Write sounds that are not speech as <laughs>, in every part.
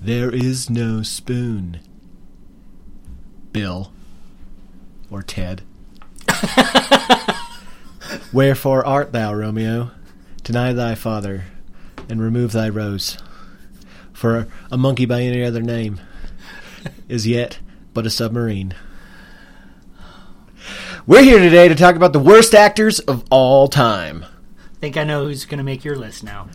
There is no spoon. Bill. Or Ted. Wherefore art thou, Romeo? Deny thy father, and remove thy rose. For a monkey by any other name is yet but a submarine. We're here today to talk about the worst actors of all time. Think I know who's going to make your list now.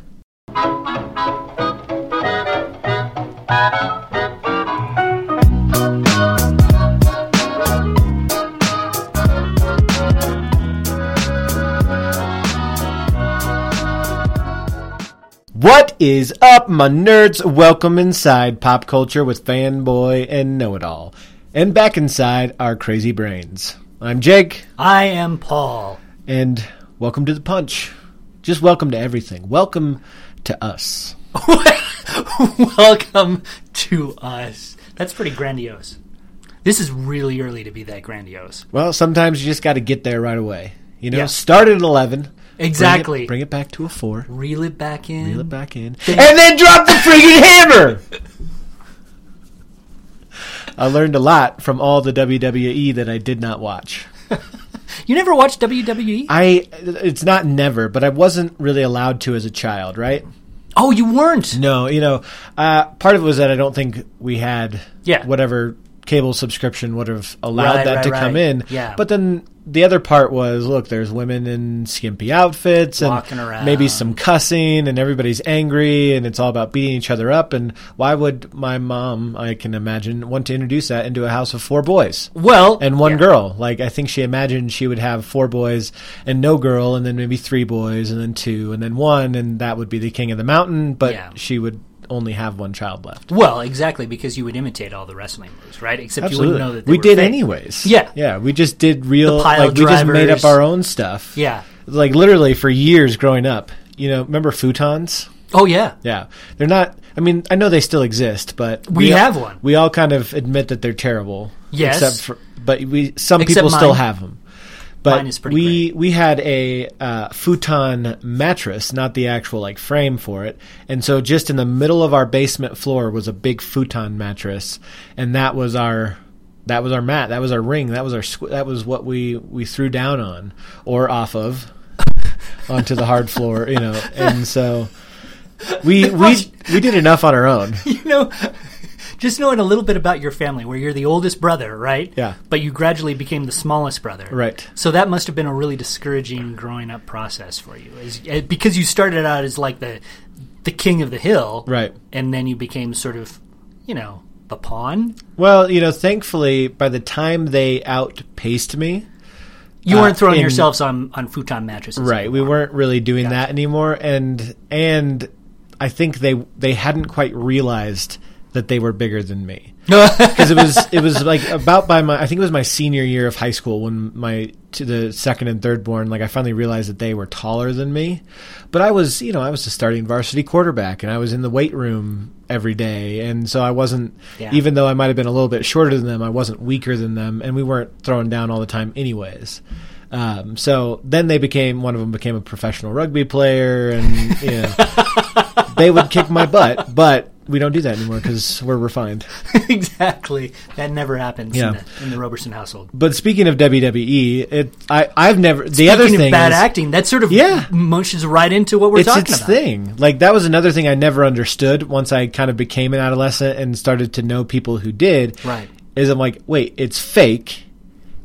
What is up, my nerds? Welcome inside pop culture with fanboy and know it all. And back inside our crazy brains. I'm Jake, I <laughs> am Paul. and welcome to the punch. Just welcome to everything. Welcome to us. Welcome to us. That's pretty grandiose. This is really early to be that grandiose. Well, sometimes you just got to get there right away. You know, Yeah. start at 11. bring it- Exactly. Bring it, back to a 4. Reel it back in. Reel it back in. And then drop the freaking <laughs> hammer! I learned a lot from all the WWE that I did not watch. You never watched E? WWE? I it's not never, but I wasn't really allowed to as a child, right? oh, you weren't. No, you know, uh, part of it was that I don't think we had Yeah. whatever cable subscription would have allowed Right, that right, to right. come in. Yeah. But then the other part was look, there's women in skimpy outfits and Walking around. maybe some cussing and everybody's angry and it's all about beating each other up and why would my mom, I can imagine, want to introduce that into a house of four boys? Well, and one yeah. girl. Like I think she imagined she would have four boys and no girl, and then maybe three boys, and then two, and then one, and that would be the king of the mountain. But Yeah. she would only have one child left. Well, exactly because you would imitate all the wrestling moves, right? Except you wouldn't know that they we were did fake. anyways. Yeah. yeah, we just did real. The pile like we just made up drivers. our own stuff. Yeah. like literally for years growing up. You know, remember futons? Oh yeah. Yeah, they're not. I mean, I know they still exist, but We have one. We all kind of admit that they're terrible. Yes. except for but we some Except people still mine. have them. But Mine is pretty we we had a uh, futon mattress, not the actual like frame for it, and so just in the middle of our basement floor was a big futon mattress, and that was our that was our mat, that was our ring, that was our squ- that was what we we threw down on or off of <laughs> onto the hard floor, you know, and so <laughs> we we we did enough on our own. You know, just knowing a little bit about your family, where you're the oldest brother, right? Yeah. But you gradually became the smallest brother, Right. So that must have been a really discouraging growing up process for you, is, eh, because you started out as like the the king of the hill, Right. And then you became sort of, you know, the pawn. Well, you know, thankfully by the time they outpaced me, You Uh, weren't throwing in- yourselves on on futon mattresses, right, we weren't really doing that anymore and and I think they they hadn't quite realized that they were bigger than me. because it was it was like about by my I think it was my senior year of high school when my to the second and third born like I finally realized that they were taller than me, but I was you know I was the starting varsity quarterback and I was in the weight room every day and so I wasn't Yeah. even though I might have been a little bit shorter than them I wasn't weaker than them and we weren't throwing down all the time anyways. Um, so then they became one of them became a professional rugby player and you know, they would kick my butt but we don't do that anymore because we're refined. <laughs> exactly. That never happens in, Yeah. the, in the Roberson household. But speaking of WWE, it I I've never the other Speaking of thing bad is, acting, that sort of Yeah. motions right into what we're it's talking its about. thing. Like that was another thing I never understood once I kind of became an adolescent and started to know people who did. Right. Is I'm like, wait, it's fake,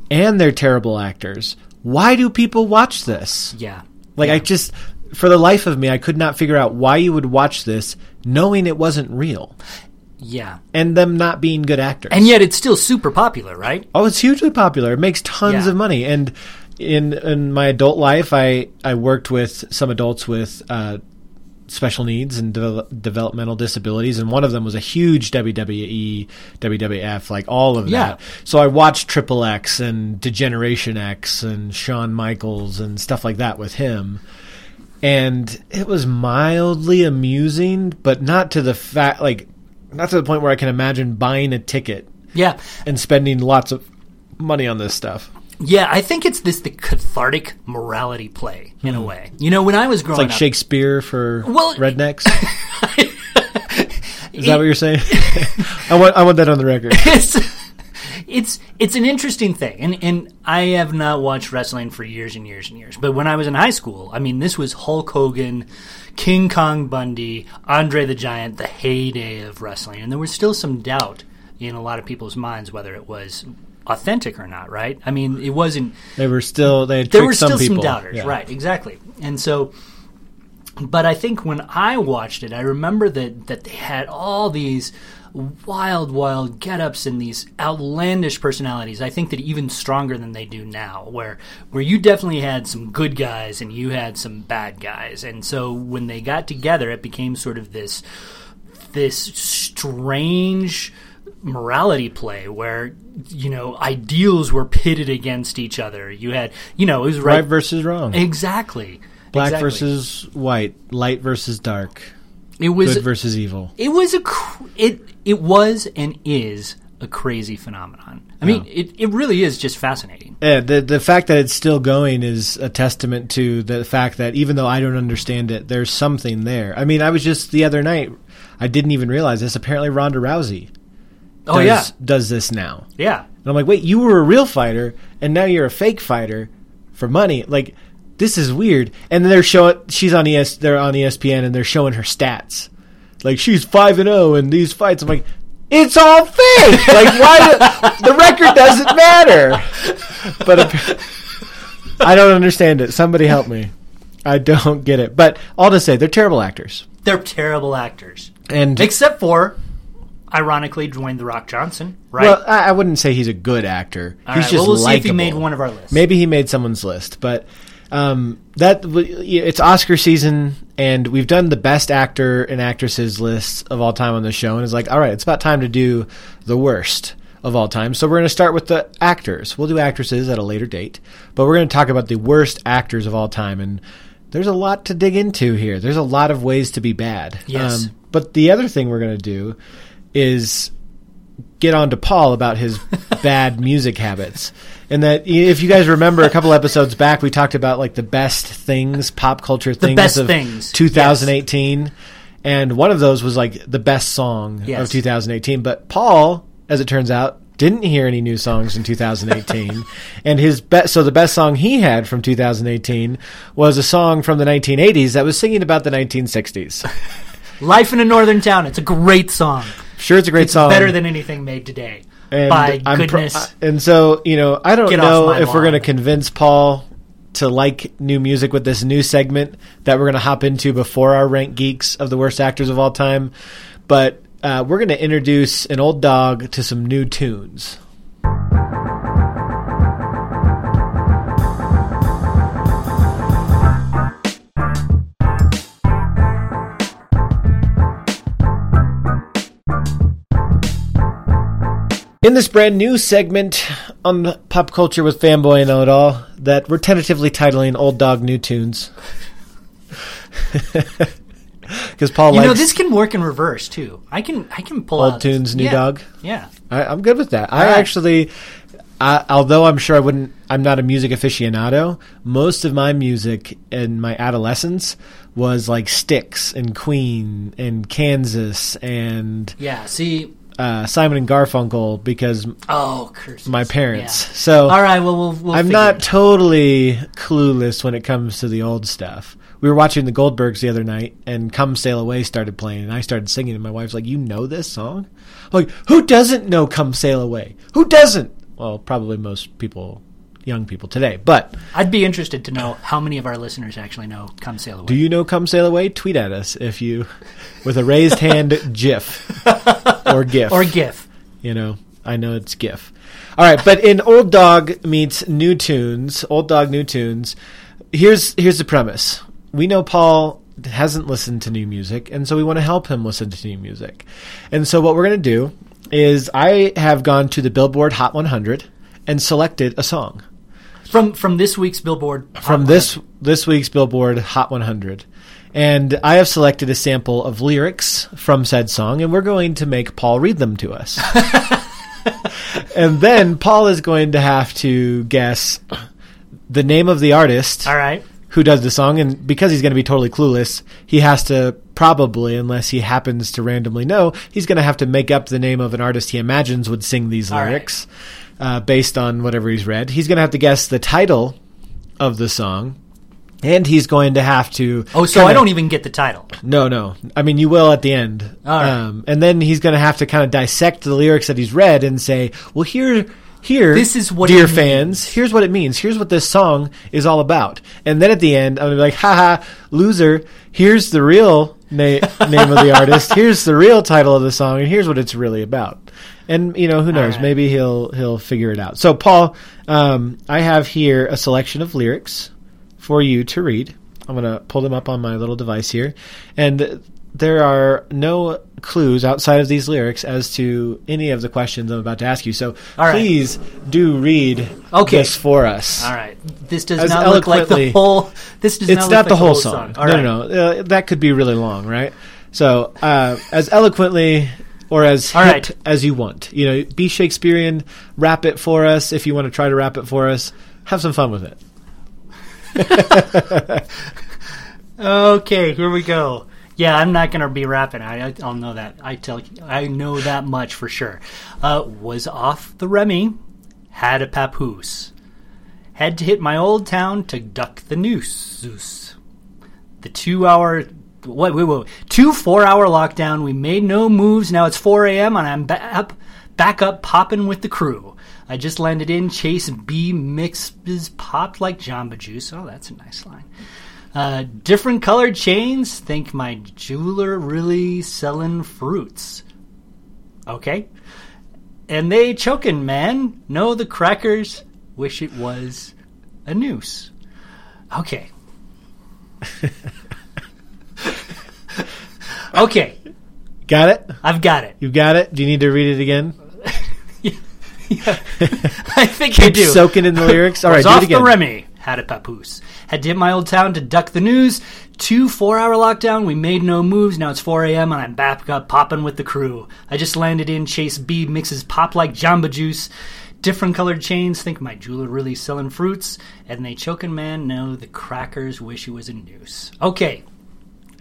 and they're terrible actors. Why do people watch this? Yeah. Like I just, for the life of me, I could not figure out why you would watch this, knowing it wasn't real, Yeah. and them not being good actors. And yet it's still super popular, right? Oh, it's hugely popular. It makes tons Yeah. of money. And in in my adult life, I I worked with some adults with uh, special needs and devel- developmental disabilities, and one of them was a huge E, WWE, WWF, like all of Yeah. that. So I watched Triple X and Degeneration X and Shawn Michaels and stuff like that with him. And it was mildly amusing, but not to the fact like not to the point where I can imagine buying a ticket Yeah. and spending lots of money on this stuff. Yeah, I think it's this the cathartic morality play in a way. You know, when I was growing Like up, <laughs> Shakespeare for Well- rednecks. Is that what you're <laughs> saying? I want I want that on the record. it's it's it's an interesting thing, and and I have not watched wrestling for years and years and years. But when I was in high school, I mean, this was Hulk Hogan, King Kong Bundy, Andre the Giant, the heyday of wrestling, and there was still some doubt in a lot of people's minds whether it was authentic or not. Right? I mean, it wasn't. They were still they had There tricked were still some, people. doubters, Yeah. right? Exactly, and so. But I think when I watched it, I remember that that they had all these wild, wild get-ups and these outlandish personalities. I think that even stronger than they do now, where where you definitely had some good guys and you had some bad guys, and so when they got together, it became sort of this this strange morality play where you know ideals were pitted against each other. You had you know it was right, Right versus wrong. exactly Black Exactly. versus white. Light versus dark. it was Good versus evil. it was a cr- it it was and is a crazy phenomenon. I mean, Yeah. it, it really is just fascinating. Yeah, the the fact that it's still going is a testament to the fact that even though I don't understand it, there's something there. I mean, I was just the other night, I didn't even realize this. Apparently, Ronda Rousey Oh does, yeah, does this now, yeah. and I'm like, wait, you were a real fighter, and now you're a fake fighter for money. Like, this is weird. And then they're showing she's on ES, they're on E ESPN, and they're showing her stats. Like she's five and zero in these fights. I'm like. It's all <laughs> fake. Like why do, the record doesn't matter. But apparently, I don't understand it. Somebody help me. I don't get it. But all to say, they're terrible actors. They're terrible actors, And except for ironically Dwayne the Rock Johnson. Right. well, I, I wouldn't say he's a good actor. All he's right, just well, we'll see if he likable. made one of our lists. Maybe he made someone's list, but um, that w- it's Oscar season, and we've done the best actor and actresses lists of all time on the show, and it's like, all right, it's about time to do the worst of all time. So we're going to start with the actors. We'll do actresses at a later date, but we're going to talk about the worst actors of all time, and there's a lot to dig into here. There's a lot of ways to be bad. Um, Yes. but the other thing we're going to do is get on to Paul about <laughs> his bad music habits. And that if you guys remember a couple episodes back, we talked about like the best things, pop culture things best of things, 2018. And one of those was like the best song Yes. of 2018. But Paul, as it turns out, didn't hear any new songs in 2018. <laughs> and his best, so the best song he had from 2018 was a song from the 1980s that was singing about the 1960s. Life in a Northern Town. It's a great song. Sure, it's a great song. Better than anything made today. Um, And By I'm pro- goodness. I- and so, you know, I don't Get off know my if we're lawn. going to convince Paul to like new music with this new segment that we're going to hop into before our rank geeks of the worst actors of all time, but uh, we're going to introduce an old dog to some new tunes. In this brand new segment on Pop Culture with Fanboy and Know It All, that we're tentatively titling Old Dog New Tunes. <laughs> Because Paul you likes know, this can work in reverse too. I can I can pull Old out Tunes, New yeah, Dog. Yeah. I, I'm good with that. I right. actually, I, although I'm sure I wouldn't, I'm not a music aficionado. Most of my music in my adolescence was like Styx and Queen and Kansas and Yeah. See. uh, Simon and Garfunkel because Oh, curses. my parents. Yeah. So All right. Well, we'll. we'll I'm figure not it. totally clueless when it comes to the old stuff. We were watching the Goldbergs the other night, and "Come Sail Away" started playing, and I started singing. And my wife's like, "You know this song?" I'm like, who doesn't know "Come Sail Away"? Who doesn't? Well, probably most people, young people today. But I'd be interested to know how many of our listeners actually know "Come Sail Away." do you know "Come Sail Away"? Tweet at us if you, with a raised hand <laughs> GIF or GIF or GIF? You know, I know it's GIF. All right, but in Old Dog meets New Tunes, Old Dog New Tunes. Here's here's the premise. We know Paul hasn't listened to new music, and so we want to help him listen to new music. And so what we're going to do is I have gone to the Billboard Hot 100 and selected a song From from this week's Billboard. from this this week's Billboard Hot 100. And I have selected a sample of lyrics from said song, and we're going to make Paul read them to us. and then Paul is going to have to guess the name of the artist All right. who does the song, and because he's going to be totally clueless, he has to probably, unless he happens to randomly know, he's going to have to make up the name of an artist he imagines would sing these All right. lyrics uh, based on whatever he's read. He's going to have to guess the title of the song, and he's going to have to. Oh, so I kinda- don't even get the title. no, no. I mean, you will at the end. Um, All right. and then he's going to have to kind of dissect the lyrics that he's read and say, "Well, here, here, This is what dear it fans. Here's what it means. Here's what this song is all about." And then at the end, I'm going to be like, "Haha, loser! Here's the real <laughs> na- name of the artist. Here's the real title of the song, and here's what it's really about." And you know, who knows? right. Maybe he'll he'll figure it out. So, Paul, um, I have here a selection of lyrics for you to read. I'm going to pull them up on my little device here. And there are no clues outside of these lyrics as to any of the questions I'm about to ask you. So All right. please do read Okay. this for us. All right, this does As not look like eloquently- the whole. This does It's not, not, look like the whole song. All no, right. no, no. Uh, that could be really long, right? So uh, as eloquently or as All hip right. as you want. You know, be Shakespearean, rap it for us if you want to try to rap it for us. Have some fun with it. Okay, here we go. Yeah, I'm not gonna be rapping. I, I- I'll know that. I tell. you- I know that much for sure. Uh, was off the Remy, had a papoose, had to hit my old town to duck the noose. Zeus. The two-hour, what? Wait, wait, wait. two four-hour lockdown. We made no moves. Now it's 4 a.m. and I'm ba- up, back up, popping with the crew. I just landed in. Chase B mixes popped like Jamba Juice. Oh, that's a nice line. Uh, different colored chains. Think my jeweler really selling fruits. Okay. And they choking, man. No, the crackers. Wish it was a noose. Okay. okay. Got it? I've got it. You got it? Do you need to read it again? <laughs> I think I do. soaking in the <laughs> lyrics. All right, was do off it again. the Remy, had a papoose. Had to hit my old town to duck the news. Two four-hour lockdown. We made no moves. Now it's 4 a.m. and I'm back up popping with the crew. I just landed in Chase B mixes pop like Jamba Juice. Different colored chains. Think my jeweler really selling fruits. And they choking man. No, the crackers wish it was a noose. Okay,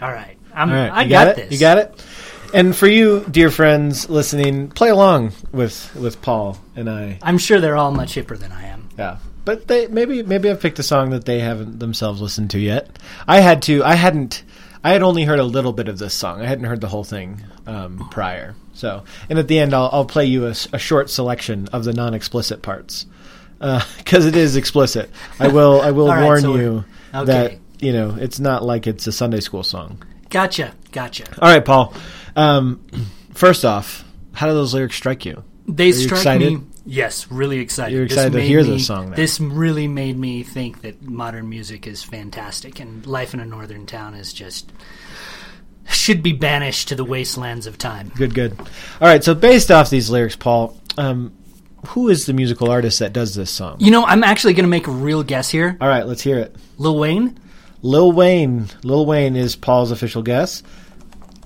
all right. I'm, All right, I you got, it. this. You got it. And for you, dear friends listening, play along with with Paul and I. I'm sure they're all much hipper than I am. Yeah, but they maybe maybe I've picked a song that they haven't themselves listened to yet. I had to. I hadn't. I had only heard a little bit of this song. I hadn't heard the whole thing um, prior. So, and at the end, I'll, I'll play you a, s- a short selection of the non-explicit parts <laughs> because it is explicit. I will. I will <laughs> All right, warn so we're- you okay. that you know it's not like it's a Sunday school song. Gotcha. Gotcha. All right, Paul. Um, <clears throat> first off, how do those lyrics strike you? They you strike excited? me. Yes, really excited. You're This excited to made hear this me- song now. This really made me think that modern music is fantastic, and life in a northern town is just should be banished to the wastelands of time. Good, good. All right, so based off these lyrics, Paul, um, who is the musical artist that does this song? You know, I'm actually going to make a real guess here. All right, let's hear it. Lil Wayne. Lil Wayne. Lil Wayne is Paul's official guess.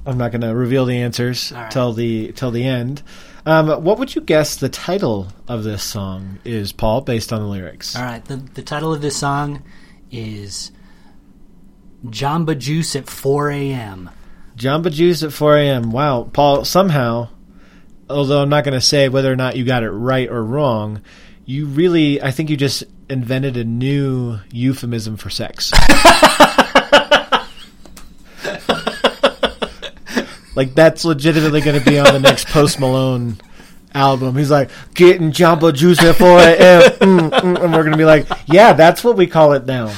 I'm not going to reveal the answers All right. till the till the end. Um, what would you guess the title of this song is, Paul, based on the lyrics? All right. The, the title of this song is Jamba Juice at 4 a.m. Jamba Juice at 4 a.m. Wow, Paul. Somehow, although I'm not going to say whether or not you got it right or wrong, you really, I think you just invented a new euphemism for sex. like that's legitimately going to be on the next Post Malone album. He's like getting Jamba Juice at 4 a.m. Mm, mm," and we're going to be like, yeah, that's what we call it now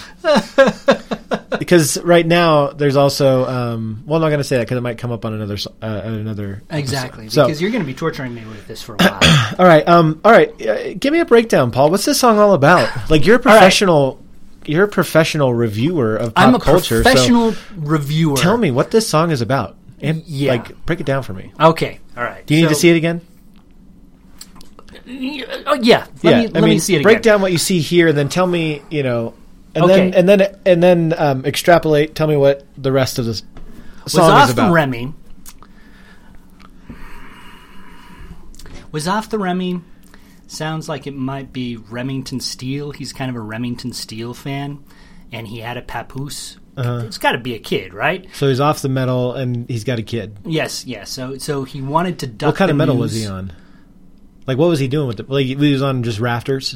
because right now there's also um, well, I'm not going to say that because it might come up on another so- uh, on another episode. Exactly. So, Because you're going to be torturing me with <coughs> this for a while. all right, um, all right, uh, give me a breakdown, Paul. What's this song all about? <sighs> Like you're a professional, you're a professional reviewer of pop I'm a culture. professional reviewer. So tell me what this song is about, and Yeah. like break it down for me. Okay. All right. Do you need to see it again? Oh, yeah. Let me let I mean, me see it break again. down what you see here, and then tell me, you know, and Okay. then and then and then um, extrapolate. Tell me what the rest of this was song off is about. the Remy. Was off the Remy. Sounds like it might be Remington Steele. He's kind of a Remington Steele fan, and he had a papoose. Uh-huh. It's got to be a kid, right? So he's off the metal and he's got a kid. Yes, yes. So, so he wanted to duck. What kind the of metal news. was he on? Like what was he doing with the like he was on just rafters?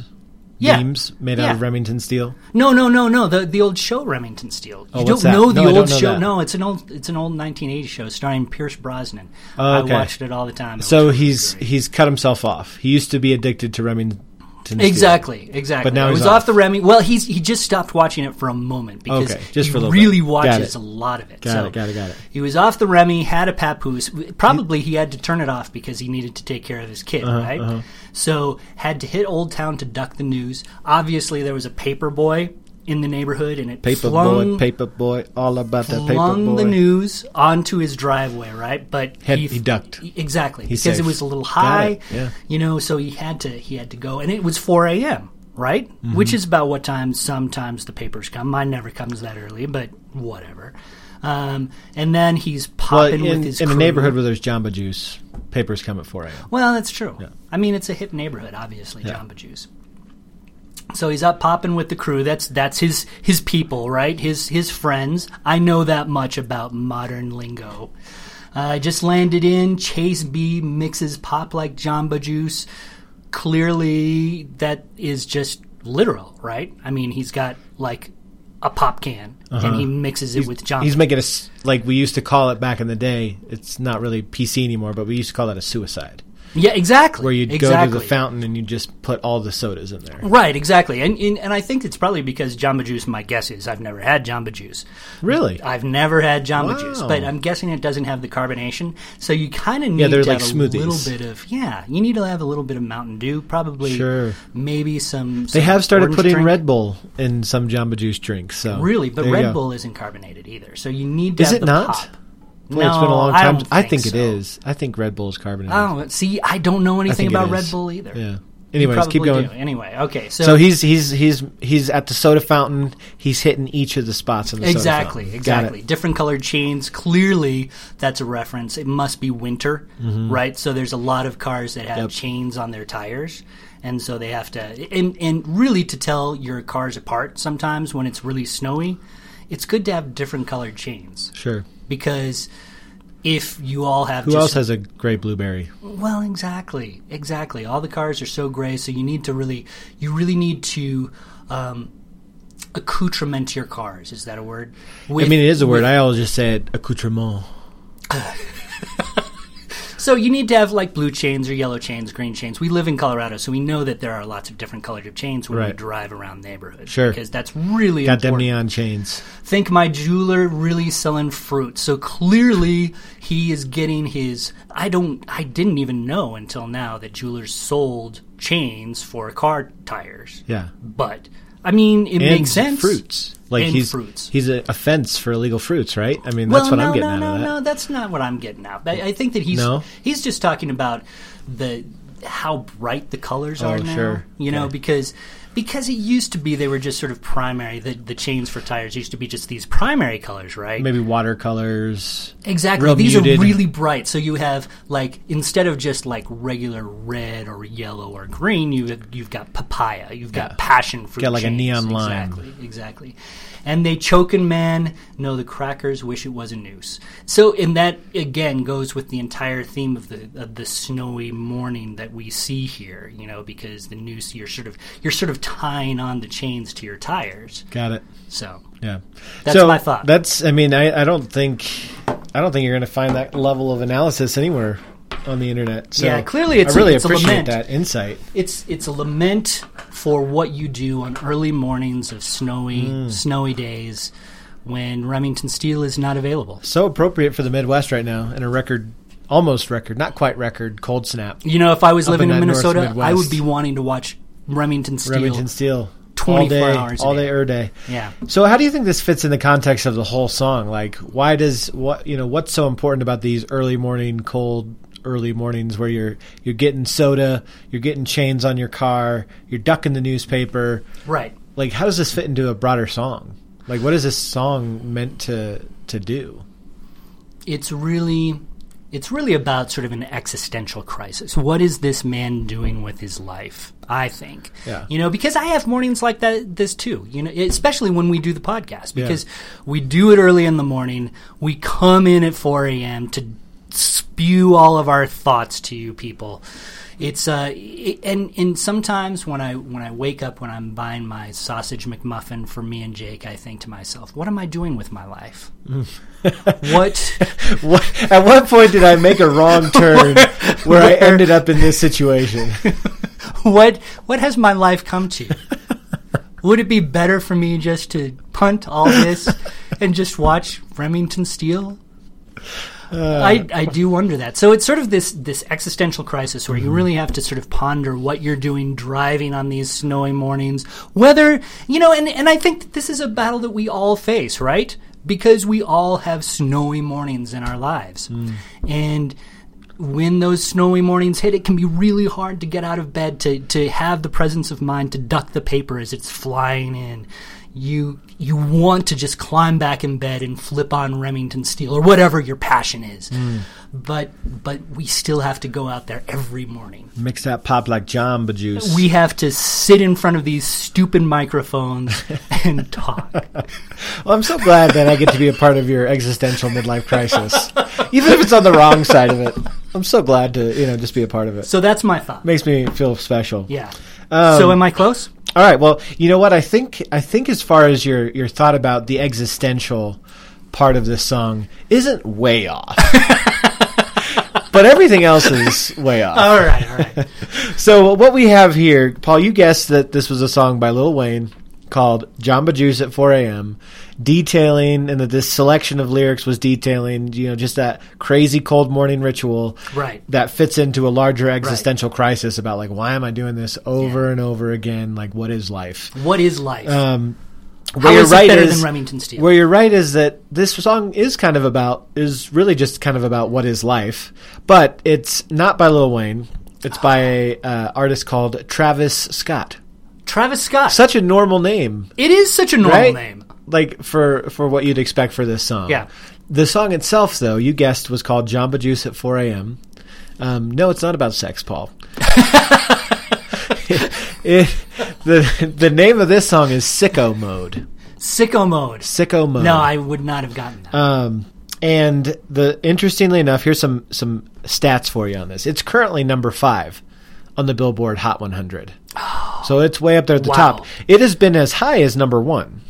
Yeah. Beams made out of Yeah. Remington steel. No, no, no, no. The the old show Remington Steele. You Oh, don't what's that? know No, the I old don't know show. that. No, it's an old it's an old 1980 show starring Pierce Brosnan. Oh, okay. I watched it all the time. It So was really he's great. he's cut himself off. He used to be addicted to Remington steel. Exactly, exactly. But now it he's was off. off. the Remy. Well, he's he just stopped watching it for a moment because Okay, just he for a little bit. really Got watches it. a lot of it. Got so it, got it, got it. He was off the Remy, had a papoose. Probably he had to turn it off because he needed to take care of his kid, Uh-huh, right? So had to hit Old Town to duck the news. Obviously, there was a paper boy in the neighborhood, and it Paper flung, boy, paper boy, all about that paper flung boy. the news onto his driveway, right? But e- Had- he ducked. exactly He's because safe. it was a little it, high, yeah. you know. So he had to he had to go, and it was four a.m. right, Mm-hmm. which is about what time sometimes the papers come. Mine never comes that early, but whatever. Um, and then he's Well, popping in, with his in a crew. neighborhood where there's Jamba Juice, papers come at 4 a.m. Well, that's true. I mean, it's a hip neighborhood, obviously, Jamba Juice. So he's up popping with the crew. That's that's his his people, right? His his friends. I know that much about modern lingo. Uh, just landed in. Chase B mixes pop like Jamba Juice. Clearly, that is just literal, right? I mean, he's got like a pop can and he mixes it with Jamba. Uh-huh. He's making a s- like we used to call it back in the day. It's not really PC anymore, but we used to call that a suicide, yeah, exactly. where you'd exactly. Mm. go to the fountain and you just put all the sodas in there. Right, exactly, and, and and I think it's probably because Jamba Juice. My guess is I've never had Jamba Juice. Really? I've never had Jamba Wow. Juice, but I'm guessing it doesn't have the carbonation. So you kind of need they're to like have smoothies. a little bit of yeah. You need to have a little bit of Mountain Dew, probably. Sure. Maybe some. They some have started orange putting drink. Red Bull in some Jamba Juice drinks. So Really, but there you Red go. Bull isn't carbonated either. So you need to Is have it the not? pop. Boy, no, it's been a long I time. don't I think, so. it is. I think Red Bull is carbonated. Oh, see, I don't know I anything think it about is. Red Bull either. Yeah. You Anyways, keep probably going. do. Anyway, okay, So he's he's he's he's at the soda fountain. He's hitting each of the spots in the Exactly, soda fountain. Got it. exactly. Different colored chains. Clearly, that's a reference. It must be winter, right? So there's a lot of cars that have Mm-hmm. Yep. chains on their tires, and so they have to. And, and really, to tell your cars apart, sometimes when it's really snowy, it's good to have different colored chains Sure. because if you all have Who just else has a gray blueberry? well, exactly, exactly. All the cars are so gray, so you need to really, you really need to um, accoutrement your cars. Is that a word? With- I mean, it is a word. I always just say it accoutrement. So you need to have like blue chains or yellow chains, green chains. We live in Colorado, so we know that there are lots of different colors of chains when we Right. drive around neighborhoods. Sure. because that's really Got them important. neon chains. Think my jeweler really selling fruit. So clearly he is getting his. I don't. I didn't even know until now that jewelers sold chains for car tires. Yeah. But I mean, it And makes sense. fruits. Like And he's fruits. he's a, a fence for illegal fruits, right? I mean, that's well, what no, I'm getting no, out no, of that. no. That's not what I'm getting at. I, I think that he's No? he's just talking about the how bright the colors are now. Oh, sure. You know, Okay. because because it used to be they were just sort of primary. The, the chains for tires used to be just these primary colors, right? Maybe watercolors. Exactly. Real These muted. are really bright. So you have like instead of just like regular red or yellow or green, you have, you've got papaya, you've got passion fruit, Got like a chains. neon lime. Exactly, exactly. And they choking man. No, the crackers wish it was a noose. So and that again goes with the entire theme of the of the snowy morning that we see here. You know, because the noose you're sort of you're sort of tying on the chains to your tires. Got it. So Yeah. That's my thought. That's. I mean, I, I don't think I don't think you're going to find that level of analysis anywhere on the internet. So Yeah, clearly it's I a- really it's a appreciate lament. that insight. it's it's a lament for what you do on early mornings of snowy Mm. snowy days when Remington Steel is not available. So appropriate for the Midwest right now, and a record, almost record, not quite record, cold snap. You know, if I was living in in, that north Minnesota, I would Midwest. be wanting to watch Remington Steel. Remington Steel. 24 all day, hours a all day. day, er day. Yeah. So, how do you think this fits in the context of the whole song? Like, why does what you know what's so important about these early morning cold early mornings where you're you're getting soda, you're getting chains on your car, you're ducking the newspaper? Right. Like, how does this fit into a broader song? Like, what is this song meant to to do? It's really It's really about sort of an existential crisis. What is this man doing with his life? I think. Yeah. You know, because I have mornings like that this too. You know, especially when we do the podcast because we do it early in the morning. We come in at 4 a.m. to spew all of our thoughts to you people. It's uh, it, and and sometimes when I when I wake up when I'm buying my sausage McMuffin for me and Jake, I think to myself, what am I doing with my life? what <laughs> What, at what point did I make a <laughs> wrong turn where, I ended up in this situation? <laughs> what what has my life come to? Would it be better for me just to punt all this and just watch Remington Steele? I, I do wonder that. So it's sort of this this existential crisis where you really have to sort of ponder what you're doing driving on these snowy mornings. Whether you know, and and I think that this is a battle that we all face, right? Because we all have snowy mornings in our lives, and when those snowy mornings hit, it can be really hard to get out of bed to to have the presence of mind to duck the paper as it's flying in. You you want to just climb back in bed and flip on Remington Steel or whatever your passion is, Hmm. but but we still have to go out there every morning. Mix that pop like Jamba juice. We have to sit in front of these stupid microphones <laughs> and talk. well, I'm so glad that I get to be a part of your existential midlife crisis, even if it's on the wrong side of it. I'm so glad to you know just be a part of it. So that's my thought. Makes me feel special. Yeah. Um, so am <laughs> I close? All right. Well, you know what? I think I think as far as your your thought about the existential part of this song isn't way off, but everything else is way off. All right. All right. So what we have here, Paul, you guessed that this was a song by Lil Wayne called "Jamba Juice at 4 A.M." Detailing, and that this selection of lyrics was detailing, you know, just that crazy cold morning ritual, Right. That fits into a larger existential crisis about like, why am I doing this over and over again? Like, what is life? What is life? Um, where How you're is it right better is than Remington Steele? where you're right is that this song is kind of about is really just kind of about what is life, but it's not by Lil Wayne. It's by Ah. a uh, artist called Travis Scott. Travis Scott. Such a normal name, it is such a normal right? name. Like for for what you'd expect for this song. Yeah. The song itself, though, you guessed, was called "Jamba Juice at 4 A.M." Um, no, it's not about sex, <laughs> Paul. <laughs> it, the the name of this song is "Sicko Mode." Sicko mode. Sicko Mode. No, I would not have gotten that. Um, and the interestingly enough, here's some some stats for you on this. It's currently number five on the Billboard Hot 100, so it's way up there at the Oh. Wow. top. It has been as high as number one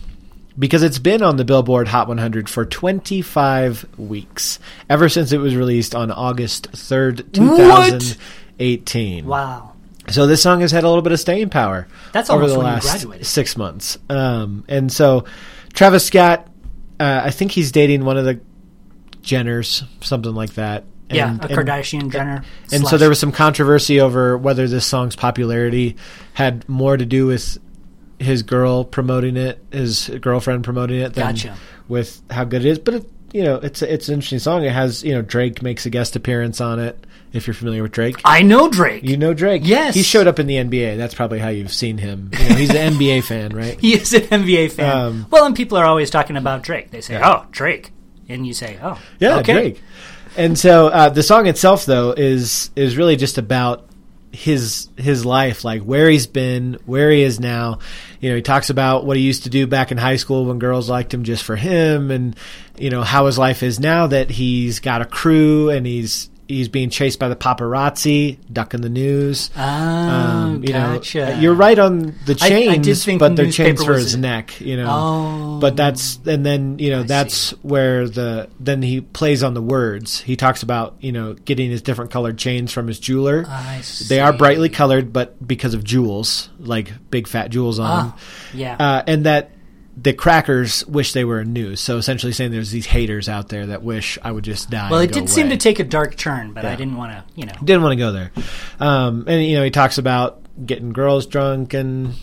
because it's been on the Billboard Hot 100 for 25 weeks ever since it was released on August 3rd, 2018. wow. So this song has had a little bit of staying power. That's over almost the when you last graduated. six months. Um, and so Travis Scott, uh, I think he's dating one of the Jenners, something like that. And, Yeah, a and- Kardashian Jenner. And so slash- there was some controversy over whether this song's popularity had more to do with his girl promoting it, his girlfriend promoting it, than Gotcha. with how good it is. But it, you know, it's a- it's an interesting song. It has you know Drake makes a guest appearance on it. If you're familiar with Drake, I know Drake. you know Drake. Yes. He showed up in the NBA. That's probably how you've seen him. You know, he's <laughs> an NBA fan, right? he is an NBA fan. Um, well, and people are always talking about Drake. They say, "Oh, Drake," and you say, "Oh, Yeah, okay." Drake. And so uh, the song itself, though, is is really just about his his life, like where he's been, where he is now. You know, he talks about what he used to do back in high school when girls liked him just for him, and you know how his life is now that he's got a crew and he's he's being chased by the paparazzi, ducking the news. Oh, Um, you gotcha. know, you're right on the I- I chains, did think but they're chains newspaper for was his a- neck. You know, Oh. but that's and then you know that's where the then he plays on the words. He talks about you know getting his different colored chains from his jeweler. I They are see. brightly colored, but because of jewels, like big fat jewels on Ah, them, yeah. uh, and that. The crackers wish they were in news. So essentially, saying there's these haters out there that wish I would just die. well, and it go did seem away to take a dark turn, but I didn't want to, you know. didn't want to go there. Um, and you know, he talks about getting girls drunk, and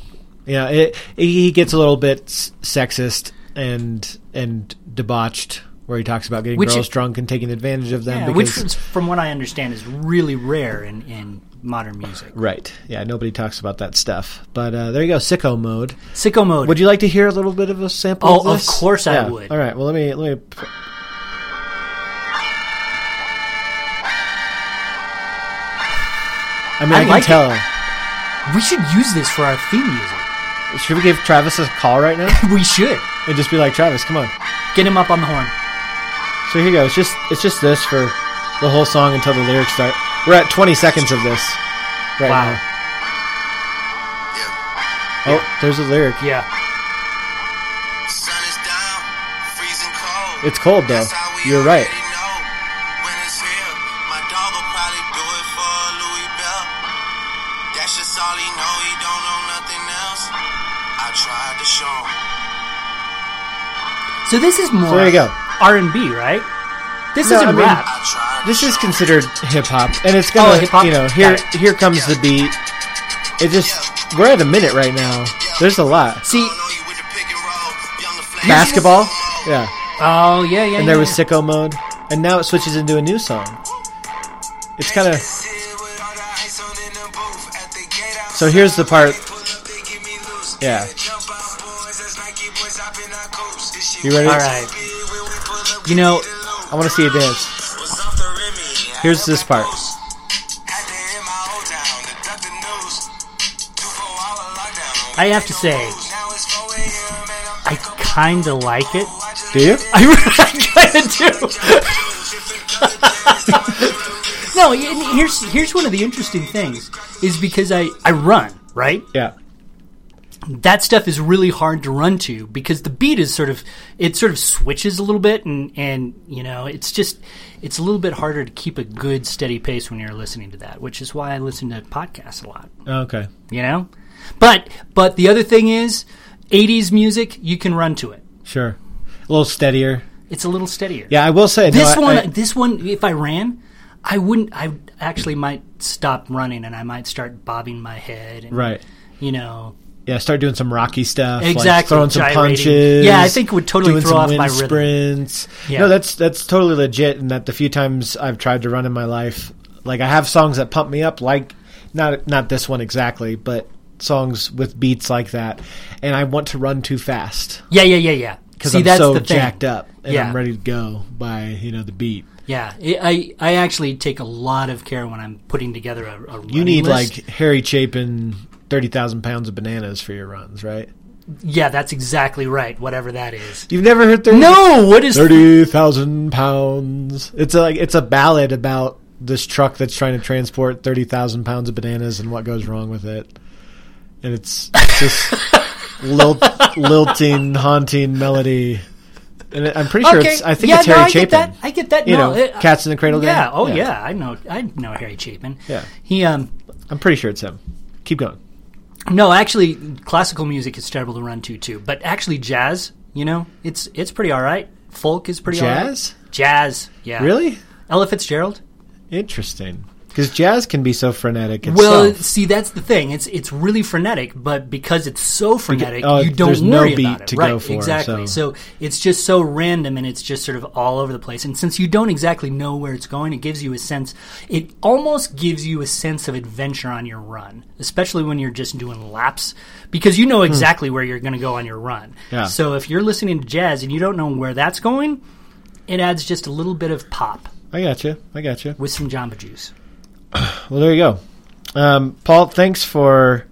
you know, it, he gets a little bit s- sexist and and debauched, where he talks about getting Which girls it- drunk and taking advantage of them. Yeah, which, because, is, from what I understand, is really rare in, in modern music. right? Yeah, nobody talks about that stuff. But uh, there you go, sicko mode. Sicko mode. Would you like to hear a little bit of a sample? Oh, of, of this? course I Yeah. would. All right. Well, let me let me. I mean, I I, can like it. tell. We should use this for our theme music. Should we give Travis a call right now We should and just be like, Travis, come on? get him up on the horn. So here you go. It's just it's just this for the whole song until the lyrics start. We're at 20 seconds of this right Wow. now. Oh, there's a lyric. Yeah. Sun is down, freezing cold. It's cold though. That's how we You're right. already know. Winter's here. My dog will probably do it for a Louis Bell. That's just all he know. He don't know nothing else. I tried to show him. So this is more. there you go. R and B, right? This No, I isn't mean- rap. I tried. This to is show 'em. considered hip hop, and it's gonna Oh, hip-hop? you know here Got here comes the beat. It just we're at a minute right now. There's a lot. See, Don't know you with the pick and roll. Young the flag. Basketball, yeah. oh yeah, yeah. And there yeah. was sicko mode, and now it switches into a new song. It's kind of So here's the part. Yeah. Yeah. You ready? All right. You know, I want to see a dance. Here's this part. I have to say, I kind of like it. <laughs> Do you? I, kind of do. <laughs> No, and here's here's one of the interesting things is because I I run right. Yeah. that stuff is really hard to run to because the beat is sort of it sort of switches a little bit and and you know it's just it's a little bit harder to keep a good steady pace when you're listening to that which is why I listen to podcasts a lot Okay. you know but but the other thing is 80s music you can run to it Sure. A little steadier. it's a little steadier Yeah, I will say no, this I- one I- this one if I ran I wouldn't I actually might stop running and I might start bobbing my head and, right. you know Yeah, start doing some rocky stuff. like Exactly, throwing some gyrating. punches. Yeah, I think it would totally doing throw some off wind my rhythm. Sprints. Yeah. No, that's that's totally legit. And that the few times I've tried to run in my life, like I have songs that pump me up, like not not this one exactly, but songs with beats like that, and I want to run too fast yeah yeah yeah yeah because See, I'm that's so the thing. jacked up and Yeah. I'm ready to go by you know the beat. Yeah, I I I actually take a lot of care when I'm putting together a. a You running need list. like Harry Chapin, thirty thousand pounds of bananas for your runs, right? yeah, that's exactly right. Whatever that is. You've never heard 30, No, what is thirty thousand pounds. It's a, like it's a ballad about this truck that's trying to transport thirty thousand pounds of bananas and what goes wrong with it. And it's <laughs> just lilt, lilting, haunting melody. And I'm pretty sure it's. I think yeah, it's no, Harry I Chapin. Get that. I get that. You no, know, it- uh, Cats in the Cradle Yeah. game? Oh yeah. Yeah. I know. I know Harry Chapin. Yeah. He um. I'm pretty sure it's him. Keep going. No, actually, classical music is terrible to run to too. But actually, jazz. You know, it's it's pretty all right. Folk is pretty all right. Jazz, Jazz. Yeah. really Ella Fitzgerald. interesting because jazz can be so frenetic. Itself. Well, see, that's the thing. It's it's really frenetic, but because it's so frenetic, oh, you don't there's no worry beat about it. to right? go for, exactly. so- So. it's just so random, and it's just sort of all over the place. And since you don't exactly know where it's going, it gives you a sense. It almost gives you a sense of adventure on your run, especially when you're just doing laps, because you know exactly where you're going to go on your run. Hmm. Yeah. So if you're listening to jazz and you don't know where that's going, it adds just a little bit of pop I got you. I got you. with some Jamba Juice. Well, there you go. Um, Paul, thanks for.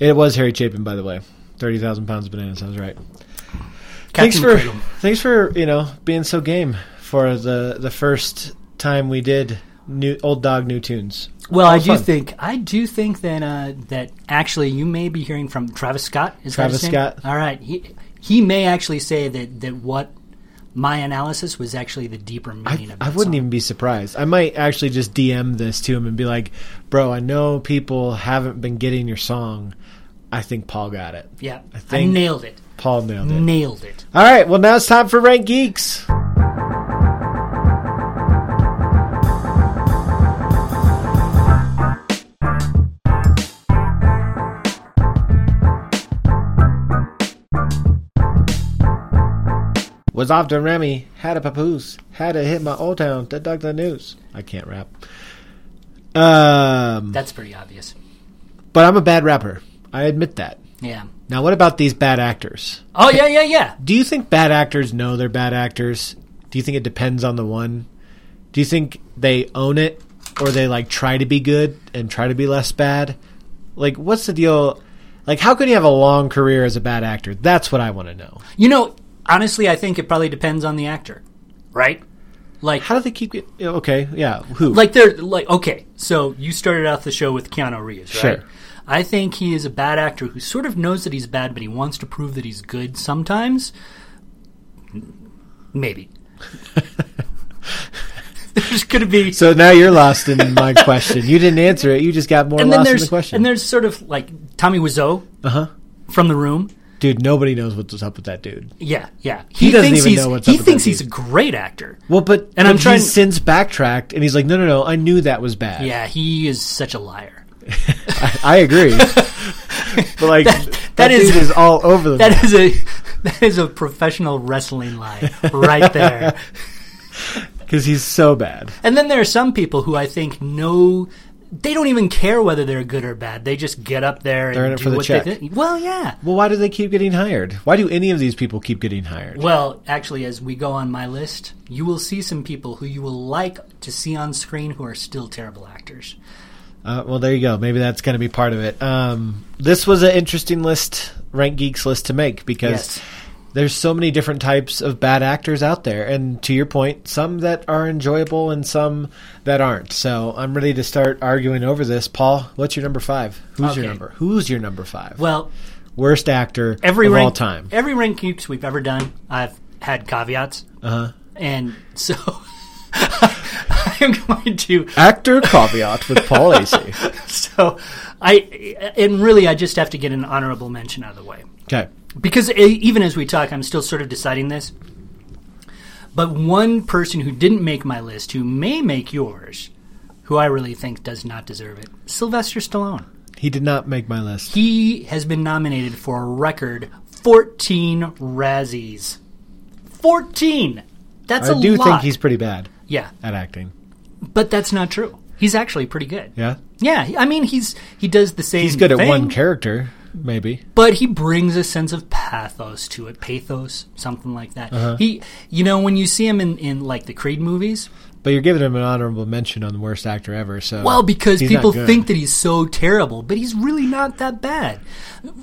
It was Harry Chapin, by the way. Thirty thousand pounds of bananas. I was right. Catching thanks the for cradle. thanks for you know being so game for the the first time we did new old dog new tunes. Well, I do fun. think I do think that uh, that actually you may be hearing from Travis Scott. Is that Travis his name? Scott. All right, he he may actually say that that what my analysis was actually the deeper meaning I, of. I that wouldn't song. even be surprised. I might actually just DM this to him and be like, "Bro, I know people haven't been getting your song. I think Paul got it. Yeah, I, think- nailed it. Paul nailed it. Nailed it. All right. Well, now it's time for rank geeks. Was off to Remy, had a papoose, had to hit my old town to duck the news. I can't rap. Um, That's pretty obvious. but I'm a bad rapper. I admit that. Yeah. Now, what about these bad actors? Oh yeah, yeah, yeah. Do you think bad actors know they're bad actors? Do you think it depends on the one? Do you think they own it or they like try to be good and try to be less bad. Like, what's the deal? Like, how can you have a long career as a bad actor? That's what I want to know. You know, honestly, I think it probably depends on the actor, right? Like, How do they keep? Get, okay, yeah. Who? like they're like okay. So you started out the show with Keanu Reeves, right? Sure. I think he is a bad actor who sort of knows that he's bad, but he wants to prove that he's good sometimes. Maybe. <laughs> There's going to be So now you're lost in my <laughs> question. You didn't answer it. You just got more and then lost in there's the question. and there's sort of like Tommy Wiseau Uh-huh. from the room. dude, nobody knows what's up with that dude. Yeah, yeah. He, doesn't thinks even he's know what's he up with thinks that he's a great actor. Well, but And and I'm I'm trying- he's since backtracked, and he's like, no, no, no, I knew that was bad. Yeah, he is such a liar. I, I <laughs> agree. but like, that, that is- dude is all over the. That is a <laughs> that is a professional wrestling lie right there. <laughs> because he's so bad. and then there are some people who I think know they don't even care whether they're good or bad. They just get up there They're in and it do for the what check. they think. Well, yeah. Well, why do they keep getting hired? Why do any of these people keep getting hired? Well, actually, as we go on my list, you will see some people who you will like to see on screen who are still terrible actors. Uh, well, there you go. Maybe that's going to be part of it. Um, this was an interesting list, Rank Geeks list to make because Yes. there's so many different types of bad actors out there, and to your point, some that are enjoyable and some that aren't. So I'm ready to start arguing over this. Paul, what's your number five? Who's Okay. your number? Who's your number five? Well, Worst actor every of rank, all time. Every rank keeps we've ever done, I've had caveats, Uh-huh. and so <laughs> I'm going to. Actor caveat with <laughs> Paul Acey. So I and really, I just have to get an honorable mention out of the way Okay. because e- even as we talk, I'm still sort of deciding this. But one person who didn't make my list, who may make yours, who I really think does not deserve it, Sylvester Stallone. He did not make my list. He has been nominated for a record 14 Razzies. 14! That's a I do lot. think he's pretty bad Yeah, at acting. but that's not true. He's actually pretty good. Yeah? Yeah, he- I mean he's he does the same. He's good thing, at one character, maybe. but he brings a sense of pathos to it, pathos, something like that. Uh-huh. He, you know, when you see him in, in like the Creed movies, But you're giving him an honorable mention on the worst actor ever. So Well, because he's not people good. think that he's so terrible, but he's really not that bad.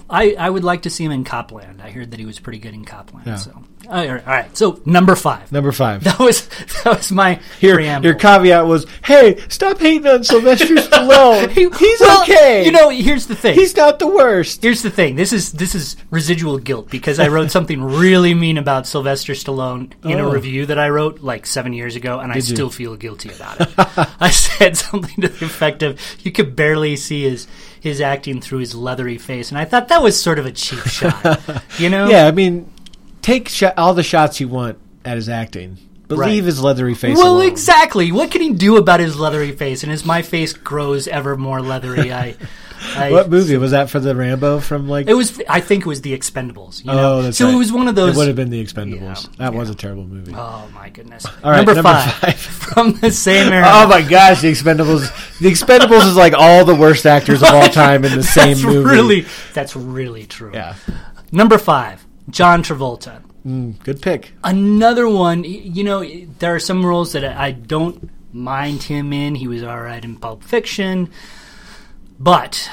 I, I would like to see him in Copland. I heard that he was pretty good in Copland. Yeah. So, all right, all right. So number five. <laughs> number five. That was that was my Your, preamble. your caveat was, "Hey, stop hating on <laughs> Sylvester Stallone. He- He's well, okay. You know, here's the thing. he's not the worst." here's the thing. This is this is residual guilt because I <laughs> wrote something really mean about Sylvester Stallone in Oh. a review that I wrote like seven years ago, and I you? still feel guilty about it. <laughs> I said something to the effect of, "You could barely see his his acting through his leathery face," and I thought that was sort of a cheap <laughs> shot, you know? Yeah, I mean, take sho- all the shots you want at his acting, but Right. leave his leathery face Well, alone. exactly. What can he do about his leathery face? And as my face grows ever more leathery, <laughs> I, I What movie was that for the Rambo from like? It was. I think it was the Expendables. You know? oh, that's so right. it was one of those. It would have been the Expendables. Yeah, that was a terrible movie. Oh my goodness! All right, number, number five, five. <laughs> from the same era. <laughs> Oh my gosh, the Expendables! The Expendables is like all the worst actors of all time in the same <laughs> that's movie. Really, that's really true. yeah, Number five, John Travolta. Mm, good pick. Another one. y- You know, y- there are some roles that I I don't mind him in. He was all right in Pulp Fiction, but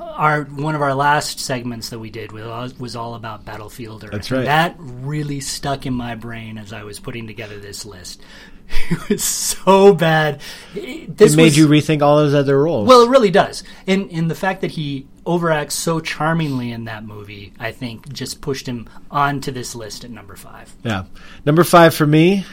our one of our last segments that we did was all, was all about Battlefield Earth. That's And right. That really stuck in my brain as I was putting together this list. <laughs> It was so bad. It- This It made was- you rethink all those other roles. Well, it really does. And and the fact that he overacts so charmingly in that movie, I think, just pushed him onto this list at number five. Yeah. Number five for me,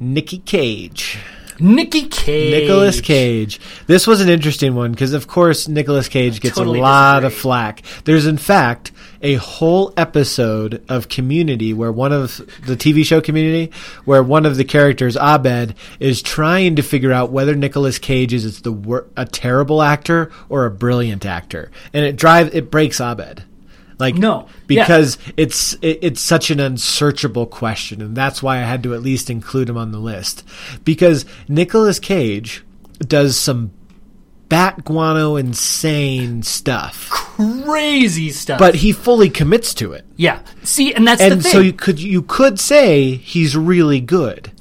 Nicky Cage. Nicky Cage. Nicholas Cage. This was an interesting one because, of course, Nicolas Cage gets totally a lot disagree. of flack. There's, in fact, a whole episode of Community where one of the TV show Community, where one of the characters, Abed, is trying to figure out whether Nicolas Cage is, is the wor- a terrible actor or a brilliant actor, and it drive it breaks Abed. Like No. Yeah. because it's it, it's such an unsearchable question, and that's why I had to at least include him on the list because Nicolas Cage does some bat guano insane stuff, Crazy stuff. but he fully commits to it, yeah. See, and that's the and thing. so you could you could say he's really good.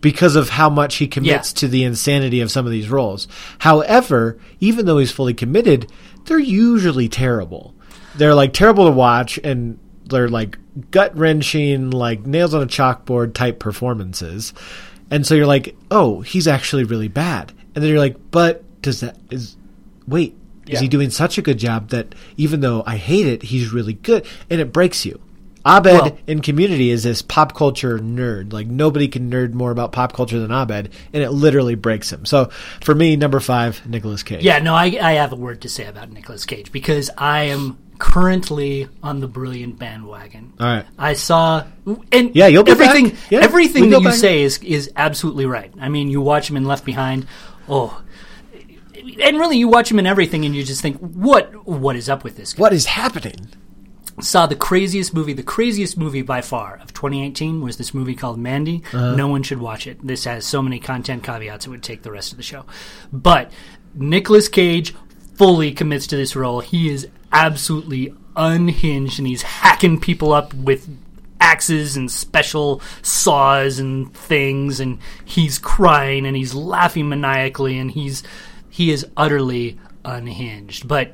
because of how much he commits to the insanity of some of these roles. However, even though he's fully committed, they're usually terrible. They're like terrible to watch and they're like gut wrenching, like nails on a chalkboard type performances. And so you're like, oh, he's actually really bad. And then you're like, but does that is wait, is Yeah. he doing such a good job that even though I hate it, he's really good? And it breaks you. Abed Well- in Community is this pop culture nerd. Like nobody can nerd more about pop culture than Abed, and it literally breaks him. So for me, number five, Nicolas Cage. Yeah, no, I, I have a word to say about Nicolas Cage because I am currently on the brilliant bandwagon. All right. I saw, and Yeah, you'll be everything. back. Yeah, we everything go that you back. say is is absolutely right. I mean, you watch him in Left Behind, oh, and really, you watch him in everything, and you just think, what what is up with this guy? What is happening? <laughs> Saw the craziest movie, the craziest movie by far of 2018 was this movie called Mandy. No one should watch it. This has so many content caveats it would take the rest of the show. But Nicolas Cage fully commits to this role. He is absolutely unhinged and he's hacking people up with axes and special saws and things and he's crying and he's laughing maniacally and he's he is utterly unhinged but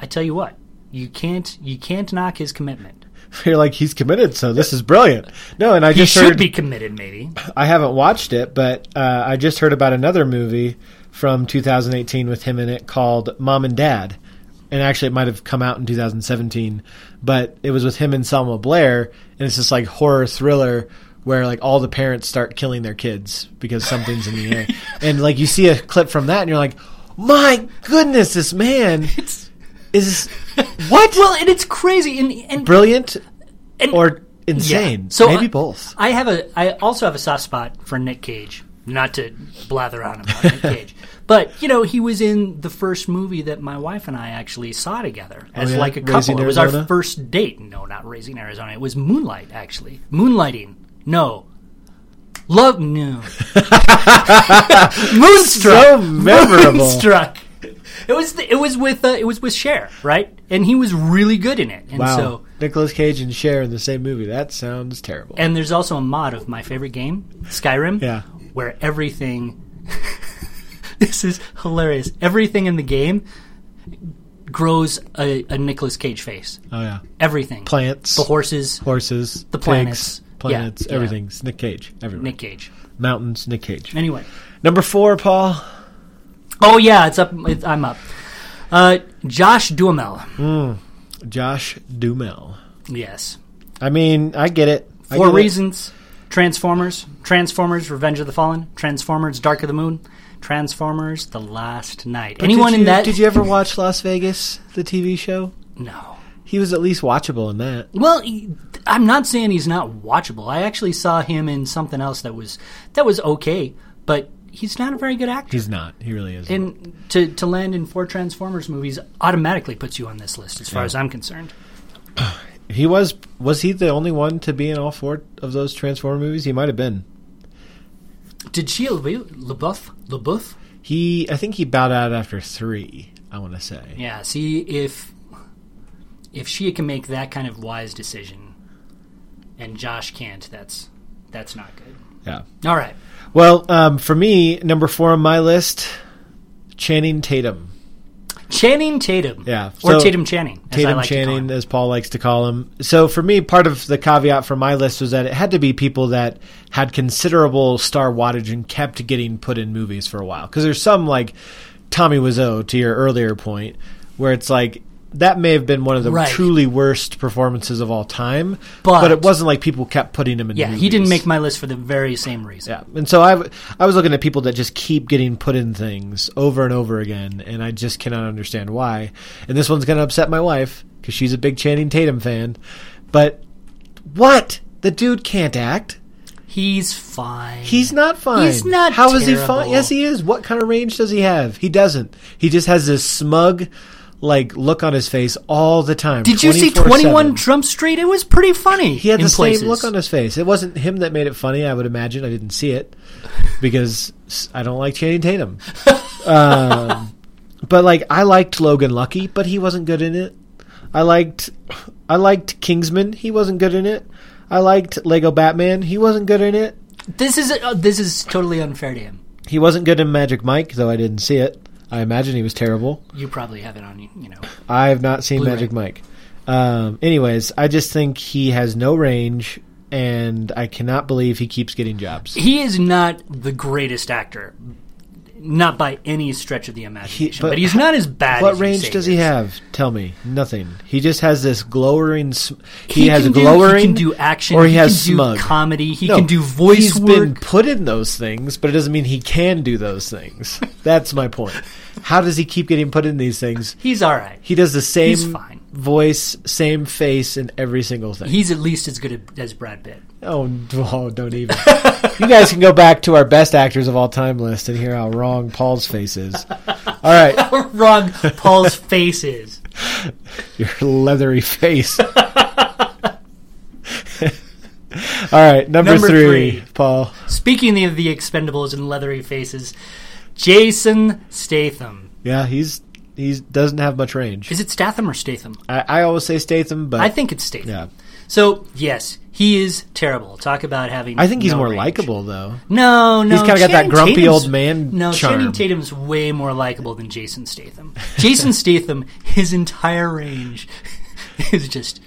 i tell you what you can't you can't knock his commitment You're like he's committed, so this is brilliant. No, and I he just should heard be committed <sighs> maybe I haven't watched it, but uh, I just heard about another movie from 2018 with him in it called Mom and Dad. And actually, it might have come out in 2017, but it was with him and Selma Blair, and it's this like horror thriller where like all the parents start killing their kids because something's in the air, <laughs> and like you see a clip from that, and you're like, my goodness, this man <laughs> is what well and it's crazy and, and brilliant And- or Yeah. insane? So maybe I- <laughs> both. I have a. I also have a soft spot for Nick Cage. Not to blather on about <laughs> Nick Cage, but you know he was in the first movie that my wife and I actually saw together as Oh, yeah? like a couple. Raising it was our Arizona? first date. No, not raising Arizona. It was Moonlight actually. Moonlighting. No. <laughs> Love no. Moonstruck. So <laughs> memorable. Moonstruck. It was the, it was with uh, it was with Cher, right? And he was really good in it. And Wow. so Nicolas Cage and Cher in the same movie. That sounds terrible. And there's also a mod of my favorite game, Skyrim, Yeah. where everything. <laughs> this is hilarious. Everything in the game grows a, a Nicolas Cage face. oh yeah. Everything. Plants, The horses. horses, the planets. Yeah, planets, yeah. everything. It's Nick Cage everywhere. Nick Cage. Mountains, Nick Cage. Anyway. Number four, Paul. Oh yeah, it's up. It, I'm up. Uh, Josh Duhamel. Josh Dumel. Yes. I mean, I get it. I Four get it. reasons. Transformers, Transformers: Revenge of the Fallen, Transformers: Dark of the Moon, Transformers: The Last Night. Did Anyone you- in that? Did you ever watch Las Vegas, the TV show? No. He was at least watchable in that. Well, he- I'm not saying he's not watchable. I actually saw him in something else that was that was okay, but he's not a very good actor. He's not. He really isn't. And to to land in four Transformers movies automatically puts you on this list, as far as I'm concerned. he was. Was he the only one to be in all four of those Transformer movies? He might have been. Did Shia LaBeouf, LaBeouf? LaBeouf? He. I think he bowed out after three. I want to say. Yeah. See if if Shia can make that kind of wise decision, and Josh can't. That's that's not good. yeah. All right. Well, um, for me, number four on my list, Channing Tatum. Channing Tatum. Yeah, or so- Tatum Channing. as I Tatum like to call him. Channing, as Paul likes to call him. So for me, part of the caveat for my list was that it had to be people that had considerable star wattage and kept getting put in movies for a while. Because there's some like Tommy Wiseau, to your earlier point, where it's like that may have been one of the Right. truly worst performances of all time, But- it wasn't like people kept putting him in. Yeah, he movies. didn't make my list for the very same reason. Yeah, and so I, w- I was looking at people that just keep getting put in things over and over again, and I just cannot understand why. And this one's going to upset my wife because she's a big Channing Tatum fan. But what? The dude can't act. He's fine. He's not fine. He's not How is he fine? terrible. Yes, he is. What kind of range does he have? He doesn't. He just has this smug, like look on his face all the time. Did you see 21 24/7. Trump Street? It was pretty funny. He had in the places. same look on his face. It wasn't him that made it funny, I would imagine. I didn't see it <laughs> because s- I don't like Channing <laughs> Tatum. um, but like, I liked Logan Lucky, but he wasn't good in it. I liked, I liked Kingsman. He wasn't good in it. I liked Lego Batman. He wasn't good in it. This is uh, this is totally unfair to him. He wasn't good in Magic Mike, though I didn't see it. I imagine he was terrible. You probably have it on you, you know. I have not seen Blu-ray. Magic Mike. Um, anyways, I just think he has no range, and I cannot believe he keeps getting jobs. He is not the greatest actor, not by any stretch of the imagination. He- but but, he's not as bad. What as you say range does he is. have? Tell me. Nothing. He just has this glowering. Sm- he, He has can do- glowering. He can do action. or he, has can smug. do comedy. He No, can do voice He's work. been put in those things, but it doesn't mean he can do those <laughs> things. That's my point. How does he keep getting put in these things? He's all right. He does the same He's fine. voice, same face in every single thing. He's at least as good as Brad Pitt. <laughs> Oh, oh, don't even. you guys can go back to our best actors of all time list and hear how wrong Paul's face is. All right, Wrong. <laughs> Paul's face is. your <laughs> leathery face. <laughs> all right, number, Number three, three. Paul. Speaking of the Expendables and leathery faces, Jason Statham. Yeah, he's he doesn't have much range. Is it Statham or Statham? I, I always say Statham, but I think it's Statham. yeah, So yes, he is terrible. Talk about having. I think he's no more range. likable though. No, no, He's kinda got that Channing grumpy Tatum's- old man No, charm. Channing Tatum's way more likable than Jason <laughs> Statham. Jason Statham, his entire range <laughs> is just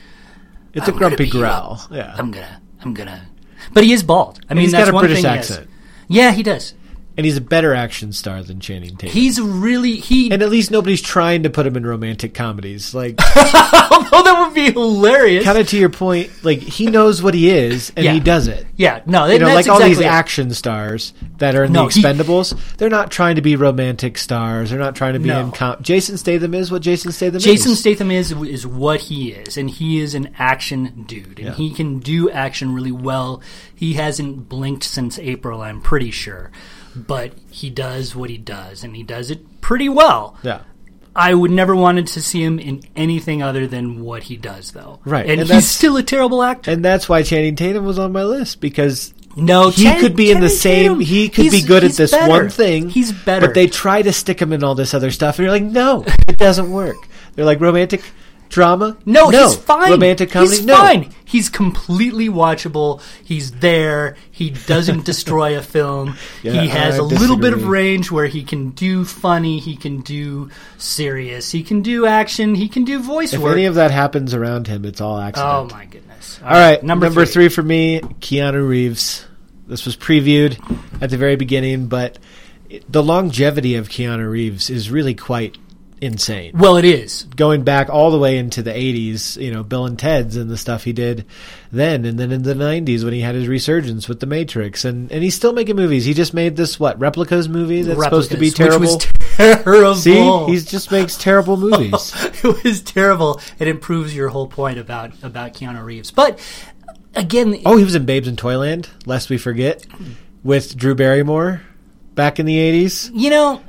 It's a I'm gonna grumpy beat you growl. up. Um, Yeah, I'm gonna, I'm gonna. But he is bald. I mean, he's that's got a one British thing he has. accent, Yeah, he does. and he's a better action star than Channing Tatum. He's really he. and at least nobody's trying to put him in romantic comedies. Like <laughs> although that would be hilarious. kind of to your point, like he knows what he is and Yeah. he does it. yeah, no, You know, like that's all exactly these it. action stars that are in No, the he- Expendables, they're not trying to be romantic stars. They're not trying to be No. in comp. Jason Statham is what Jason Statham Jason is. Statham is is what he is, and he is an action dude, and Yeah. he can do action really well. He hasn't blinked since April, I'm pretty sure, but he does what he does, and he does it pretty well. yeah, I would never wanted to see him in anything other than what he does, though. Right, and, and he's that's- still a terrible actor. and that's why Channing Tatum was on my list because no, he Channing- could be in the Channing same. Tatum, He could be he's- good at he's this better. one thing. He's better, but they try to stick him in all this other stuff, and you're like, no, it doesn't work. They're like romantic drama. No, he's fine. Romantic comedy. He's no, fine. He's completely watchable. He's there. He <laughs> doesn't destroy a film. Yeah, he has I a little bit of disagree. range where he can do funny. He can do serious. He can do action. He can do voice If work. any of that happens around him, it's all accident. oh my goodness! All right, number, three. for me, Keanu Reeves. This was previewed at the very beginning, but it- the longevity of Keanu Reeves is really quite insane. Well, it is. Going back all the way into the 80s, you know, Bill and Ted's and the stuff he did then, and then in the 90s when he had his resurgence with The Matrix, and, and he's still making movies. He just made this, what, Replicas movie that's supposed to be Replicas, terrible? Which was terrible. <laughs> See, he just makes terrible movies. <laughs> it was terrible. It improves your whole point about about Keanu Reeves, but again, Oh, he was in Babes in Toyland, lest we forget, with Drew Barrymore back in the 80s. you know,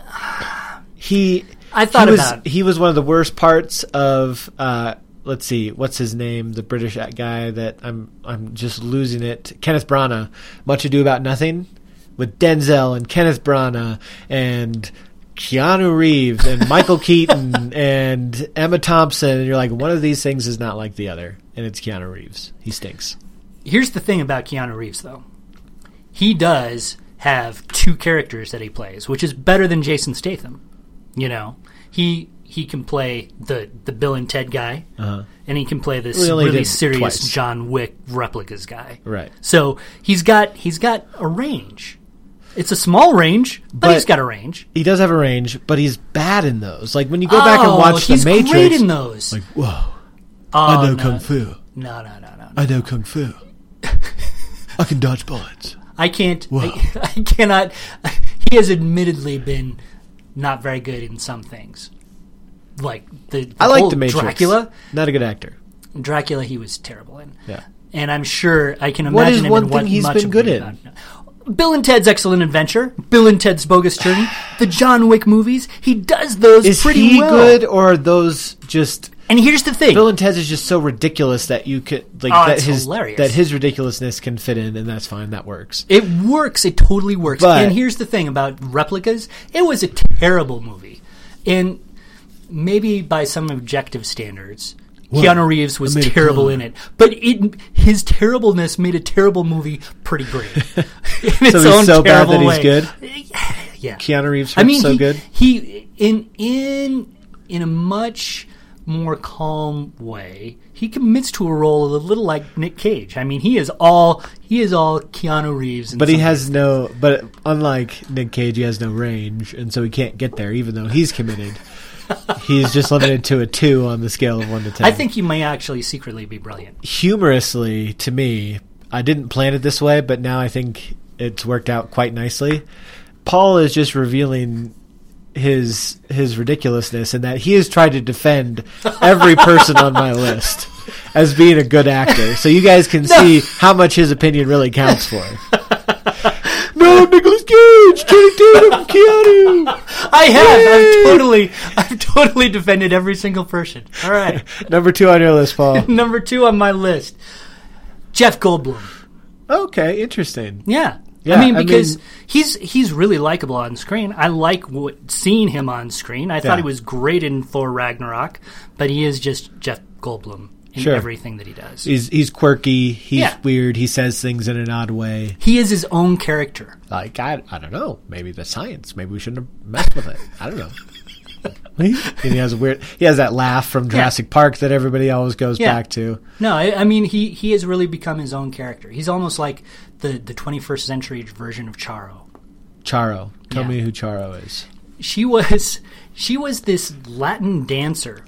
He I thought he was, about he was one of the worst parts of uh let's see, what's his name, the British guy that I'm I'm just losing it. Kenneth Branagh, Much Ado About Nothing with Denzel and Kenneth Branagh and Keanu Reeves and <laughs> Michael Keaton and Emma Thompson and you're like one of these things is not like the other and it's Keanu Reeves. He stinks. Here's the thing about Keanu Reeves, though. He does have two characters that he plays, which is better than Jason Statham. You know, he he can play the the Bill and Ted guy, Uh-huh. and he can play this Well, he only really did serious twice. John Wick replicas guy. Right. So he's got he's got a range. It's a small range, but, But- he's got a range. He does have a range, but he's bad in those. Like when you go back and Oh, watch he's The Matrix, great in those. like whoa, Oh, I know no. kung fu, No, no, no, no. no. I know kung fu, I can dodge bullets. I can't. I, I <laughs> cannot. He has admittedly been not very good in some things, like the, the I like whole The Matrix. Dracula. not a good actor. Dracula, he was terrible in. Yeah, And I'm sure I can imagine What is him in one thing he's much been of good what in? he's done. Bill and Ted's Excellent Adventure, Bill and Ted's Bogus Journey, the John Wick movies. He does those is pretty he well. good or are those just? And here's the thing: Bill and Ted's is just so ridiculous that you could like Oh, that it's his hilarious. that his ridiculousness can fit in, and that's fine. That works. It works. It totally works. But- and here's the thing about replicas: it was a terrible movie, and maybe by some objective standards, Keanu Reeves was I made a terrible pun. in it, but it his terribleness made a terrible movie <laughs> pretty great. in its he's own so bad terrible that he's way. good? Yeah, Keanu Reeves I mean, so he, good. He in in in a much more calm way. He commits to a role a little like Nick Cage. I mean, he is all he is all Keanu Reeves. in But he some has no. But unlike Nick Cage, he has no range, and so he can't get there, even though he's <laughs> committed. he's just limited to a two on the scale of one to ten. I think you may actually secretly <laughs> be brilliant. humorously to me, I didn't plan it this way, but now I think it's worked out quite nicely. Paul is just revealing his his ridiculousness and that he has tried to defend every person on <laughs> my list as being a good actor. So you guys can see how much his opinion really counts for. <laughs> no, Nicholas Cage, Channing Tatum, Keanu. I have. Yay! I've totally, I've totally defended every single person. <laughs> All right. <laughs> Number two on your list, <laughs> Paul. Number two on my list, Jeff Goldblum. Okay, interesting. Yeah. Yeah, I mean, I mean- because he's he's really likable on screen. I like what, seeing him on screen. I Yeah. thought he was great in Thor Ragnarok, but he is just Jeff Goldblum in Sure. everything that he does. He's he's quirky. He's Yeah. weird. He says things in an odd way. He is his own character. like I, I don't know maybe the science maybe we shouldn't have messed with it i don't know and he has a weird he has that laugh from jurassic park that everybody always goes Yeah. back to No, I, I mean he he has really become his own character. He's almost like the the 21st century version of Charo. charo tell Yeah. me who charo is she was she was this Latin dancer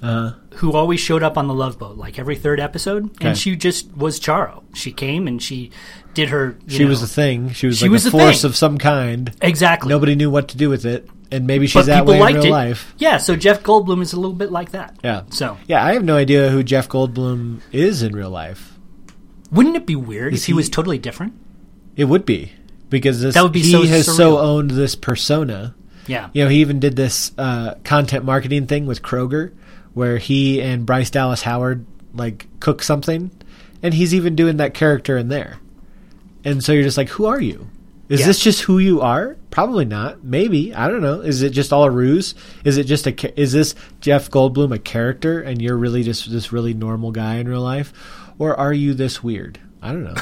who always showed up on the Love Boat, like every third episode, Uh-huh. Okay. and she just was Charo. She came and she did her. you she know- was a thing she was She like was a a force thing. of some kind exactly nobody knew what to do with it and maybe she's but that people way in liked real it. life Yeah, so Jeff Goldblum is a little bit like that. yeah So yeah i have no idea who jeff goldblum is in real life wouldn't it be weird if he, he- was totally different? it would be because this, That would be he so has so surreal. owned this persona Yeah. you know, he even did this uh, content marketing thing with Kroger, where he and Bryce Dallas Howard like cook something, and he's even doing that character in there. And so you're just like, who are you? Is Yeah. this just who you are? Probably not. Maybe I don't know. Is it just all a ruse? Is it just a? cha- Is this Jeff Goldblum a character, and you're really just this really normal guy in real life, or are you this weird? I don't know.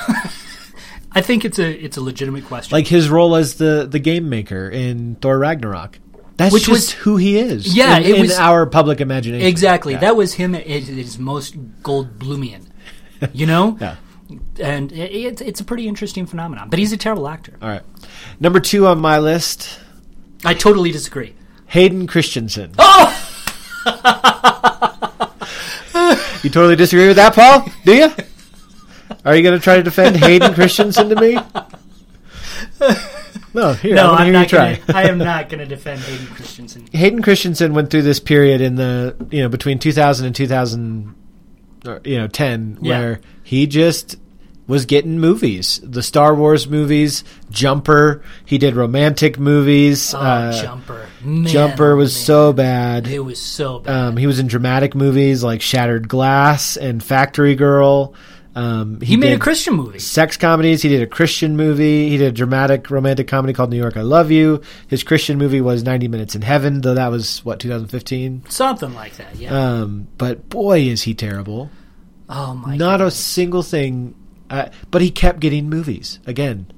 I think it's a it's a legitimate question. like his role as the the game maker in Thor Ragnarok. That's Which just was- who he is. Yeah, in, it in was- our public imagination. exactly, Yeah. that was him at his- his most Goldblumian. You know. <laughs> Yeah. And it, it's it's a pretty interesting phenomenon, but he's a terrible actor. All right, number two on my list: I totally disagree. Hayden Christensen. Oh. <laughs> you totally disagree with that, Paul? Do you? Are you going to try to defend Hayden Christensen to <laughs> me? No, here I want to No, I'm hear you not try. <laughs> Uh, gonna, <laughs> I am not going to defend Hayden Christensen. Hayden Christensen went through this period in the you know between 2000 and 2000 or, you know 10 Yeah. where he just was getting movies the Star Wars movies Jumper he did romantic movies Oh, uh, Jumper. Man, Jumper oh, was man. so bad It was so bad. um, he was in dramatic movies like Shattered Glass and Factory Girl um, he made did a Christian movie. sex comedies. He did a Christian movie. He did a dramatic romantic comedy called New York, I Love You. His Christian movie was 90 Minutes in Heaven, though that was, what, 2015? Something like that, yeah. Um, but boy, is he terrible. oh, my Not God. a single thing. Uh, but he kept getting movies again.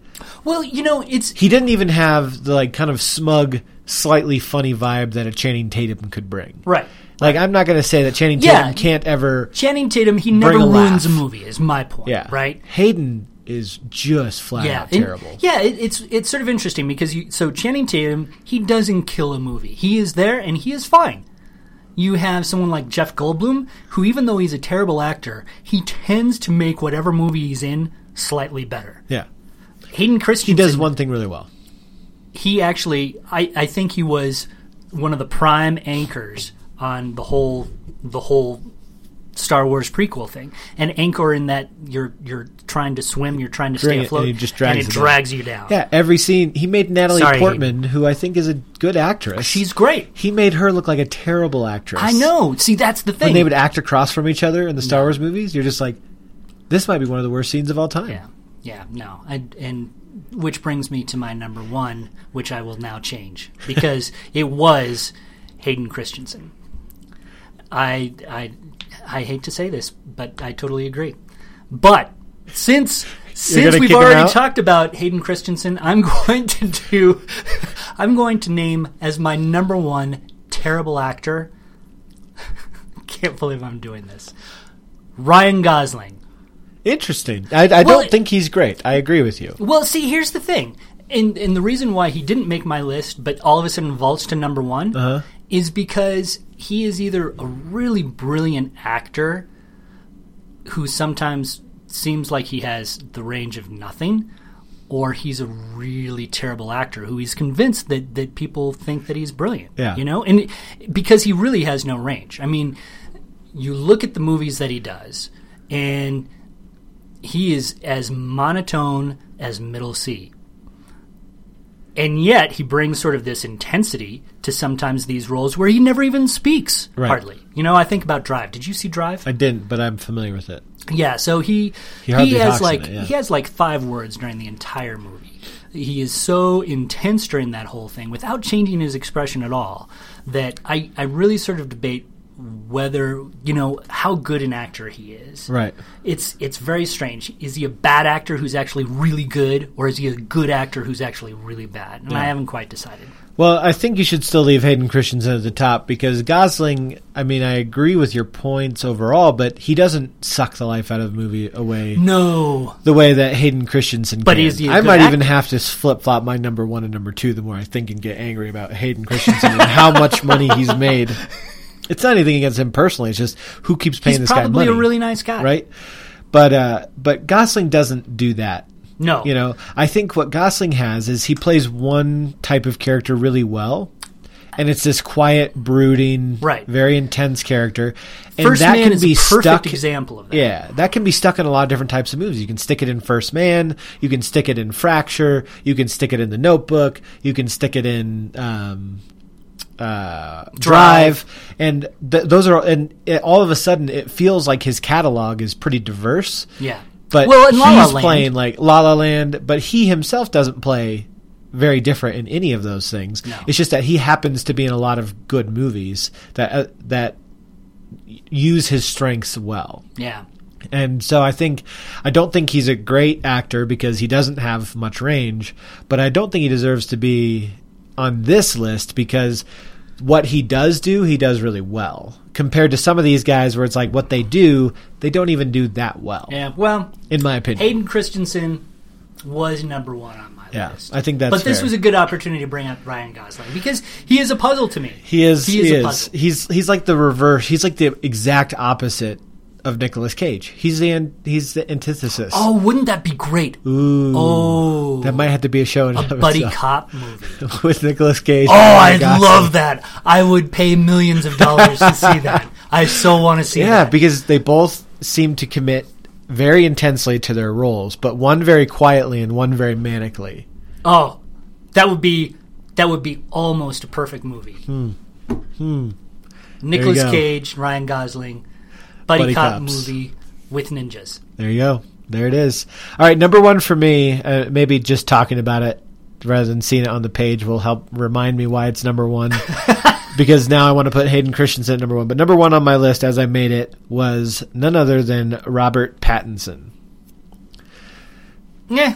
well, you know, it's. He didn't even have the like kind of smug, slightly funny vibe that a Channing Tatum could bring. Right. Like I'm not going to say that Channing Yeah. Tatum can't ever. Channing Tatum, he never Bring a laugh. ruins a movie, is my point. Yeah. Right? Hayden is just flat Yeah, out and- terrible. yeah, it, it's it's sort of interesting because you so Channing Tatum he doesn't kill a movie. He is there and he is fine. You have someone like Jeff Goldblum who, even though he's a terrible actor, he tends to make whatever movie he's in slightly better. yeah. Hayden Christensen He does one thing really well. he actually I, I think he was one of the prime anchors on the whole the whole Star Wars prequel thing. An anchor in that you're you're trying to swim, you're trying to Drag it, stay and afloat, it just drags and you it down. drags you down. Yeah, every scene he made Natalie Sorry, Portman, who I think is a good actress. She's great. he made her look like a terrible actress. I know. See, that's the thing. When they would act across from each other in the Star Wars movies, you're just like, this might be one of the worst scenes of all time. yeah, yeah, no, I, and which brings me to my number one, <laughs> which I will now change because it was Hayden Christensen. I I I hate to say this, but I totally agree. But since since gonna we've kick him already out? talked about Hayden Christensen, I'm <laughs> going to do I'm going to name as my number one terrible actor. <laughs> Can't believe I'm doing this. Ryan Gosling. Interesting. I, I Well, don't think he's great. I agree with you. Well, see, here's the thing, and and the reason why he didn't make my list, but all of a sudden vaults to number one, Uh-huh. is because he is either a really brilliant actor who sometimes seems like he has the range of nothing, or he's a really terrible actor who he's convinced that that people think that he's brilliant. Yeah. you know, and because he really has no range. I mean, you look at the movies that he does, and he is as monotone as middle C. And yet he brings sort of this intensity to sometimes these roles where he never even speaks Right. hardly. You know, I think about Drive. Did you see Drive? I didn't, but I'm familiar with it. yeah, so he he, hardly talks has in like it, yeah. he has like five words during the entire movie. He is so intense during that whole thing without changing his expression at all that I, I really sort of debate whether you know how good an actor he is Right. it's it's very strange. Is he a bad actor who's actually really good, or is he a good actor who's actually really bad? And I haven't quite decided. Well, I think you should still leave Hayden Christensen at the top because Gosling. I mean, I agree with your points overall, but he doesn't suck the life out of the movie away No, the way that Hayden Christensen. But can. is he a I good might actor? even have to flip flop my number one and number two. The more I think and get angry about Hayden Christensen and how much money he's made. It's not anything against him personally. It's just who keeps paying he's this guy probably money, a really nice guy, right? But uh, but Gosling doesn't do that. No, You know, I think what Gosling has is he plays one type of character really well, and it's this quiet, brooding, Right. very intense character, and First that Man can is be a perfect stuck. example of that. Yeah, that can be stuck in a lot of different types of movies. You can stick it in First Man, you can stick it in Fracture, you can stick it in The Notebook, you can stick it in um, uh, Drive. Drive, and th- those are and it, all of a sudden it feels like his catalog is pretty diverse. yeah. But well, in La La he's Land, playing like La La Land, but he himself doesn't play very different in any of those things. No. It's just that he happens to be in a lot of good movies that uh, that use his strengths well. yeah, And so I think I don't think he's a great actor because he doesn't have much range, but I don't think he deserves to be on this list because what he does do, he does really well. Compared to some of these guys where it's like what they do, they don't even do that well yeah. Well, in my opinion. Hayden Christensen was number one on my Yeah, list. I think that's. but this fair. was a good opportunity to bring up Ryan Gosling because he is a puzzle to me. he is he he is is, a puzzle. he's he's like the reverse. He's like the exact opposite of Nicolas Cage. He's the an, he's the antithesis. Oh, wouldn't that be great? Ooh, Oh, that <laughs> might have to be a show in and of buddy itself. cop movie. <laughs> with Nicolas Cage. Oh, and I Ryan Gosling. love that. I would pay millions of dollars to see that. I so want to see Yeah, that. because they both seem to commit very intensely to their roles, but one very quietly and one very manically. Oh, that would be that would be almost a perfect movie. Hmm. Hmm. Nicolas go. Cage, Ryan Gosling, buddy, Buddy cop cops. movie with ninjas. There you go. There it is. All right, number one for me. Uh, maybe just talking about it rather than seeing it on the page will help remind me why it's number one. because now I want to put Hayden Christensen at number one. But number one on my list, as I made it, was none other than Robert Pattinson. Yeah.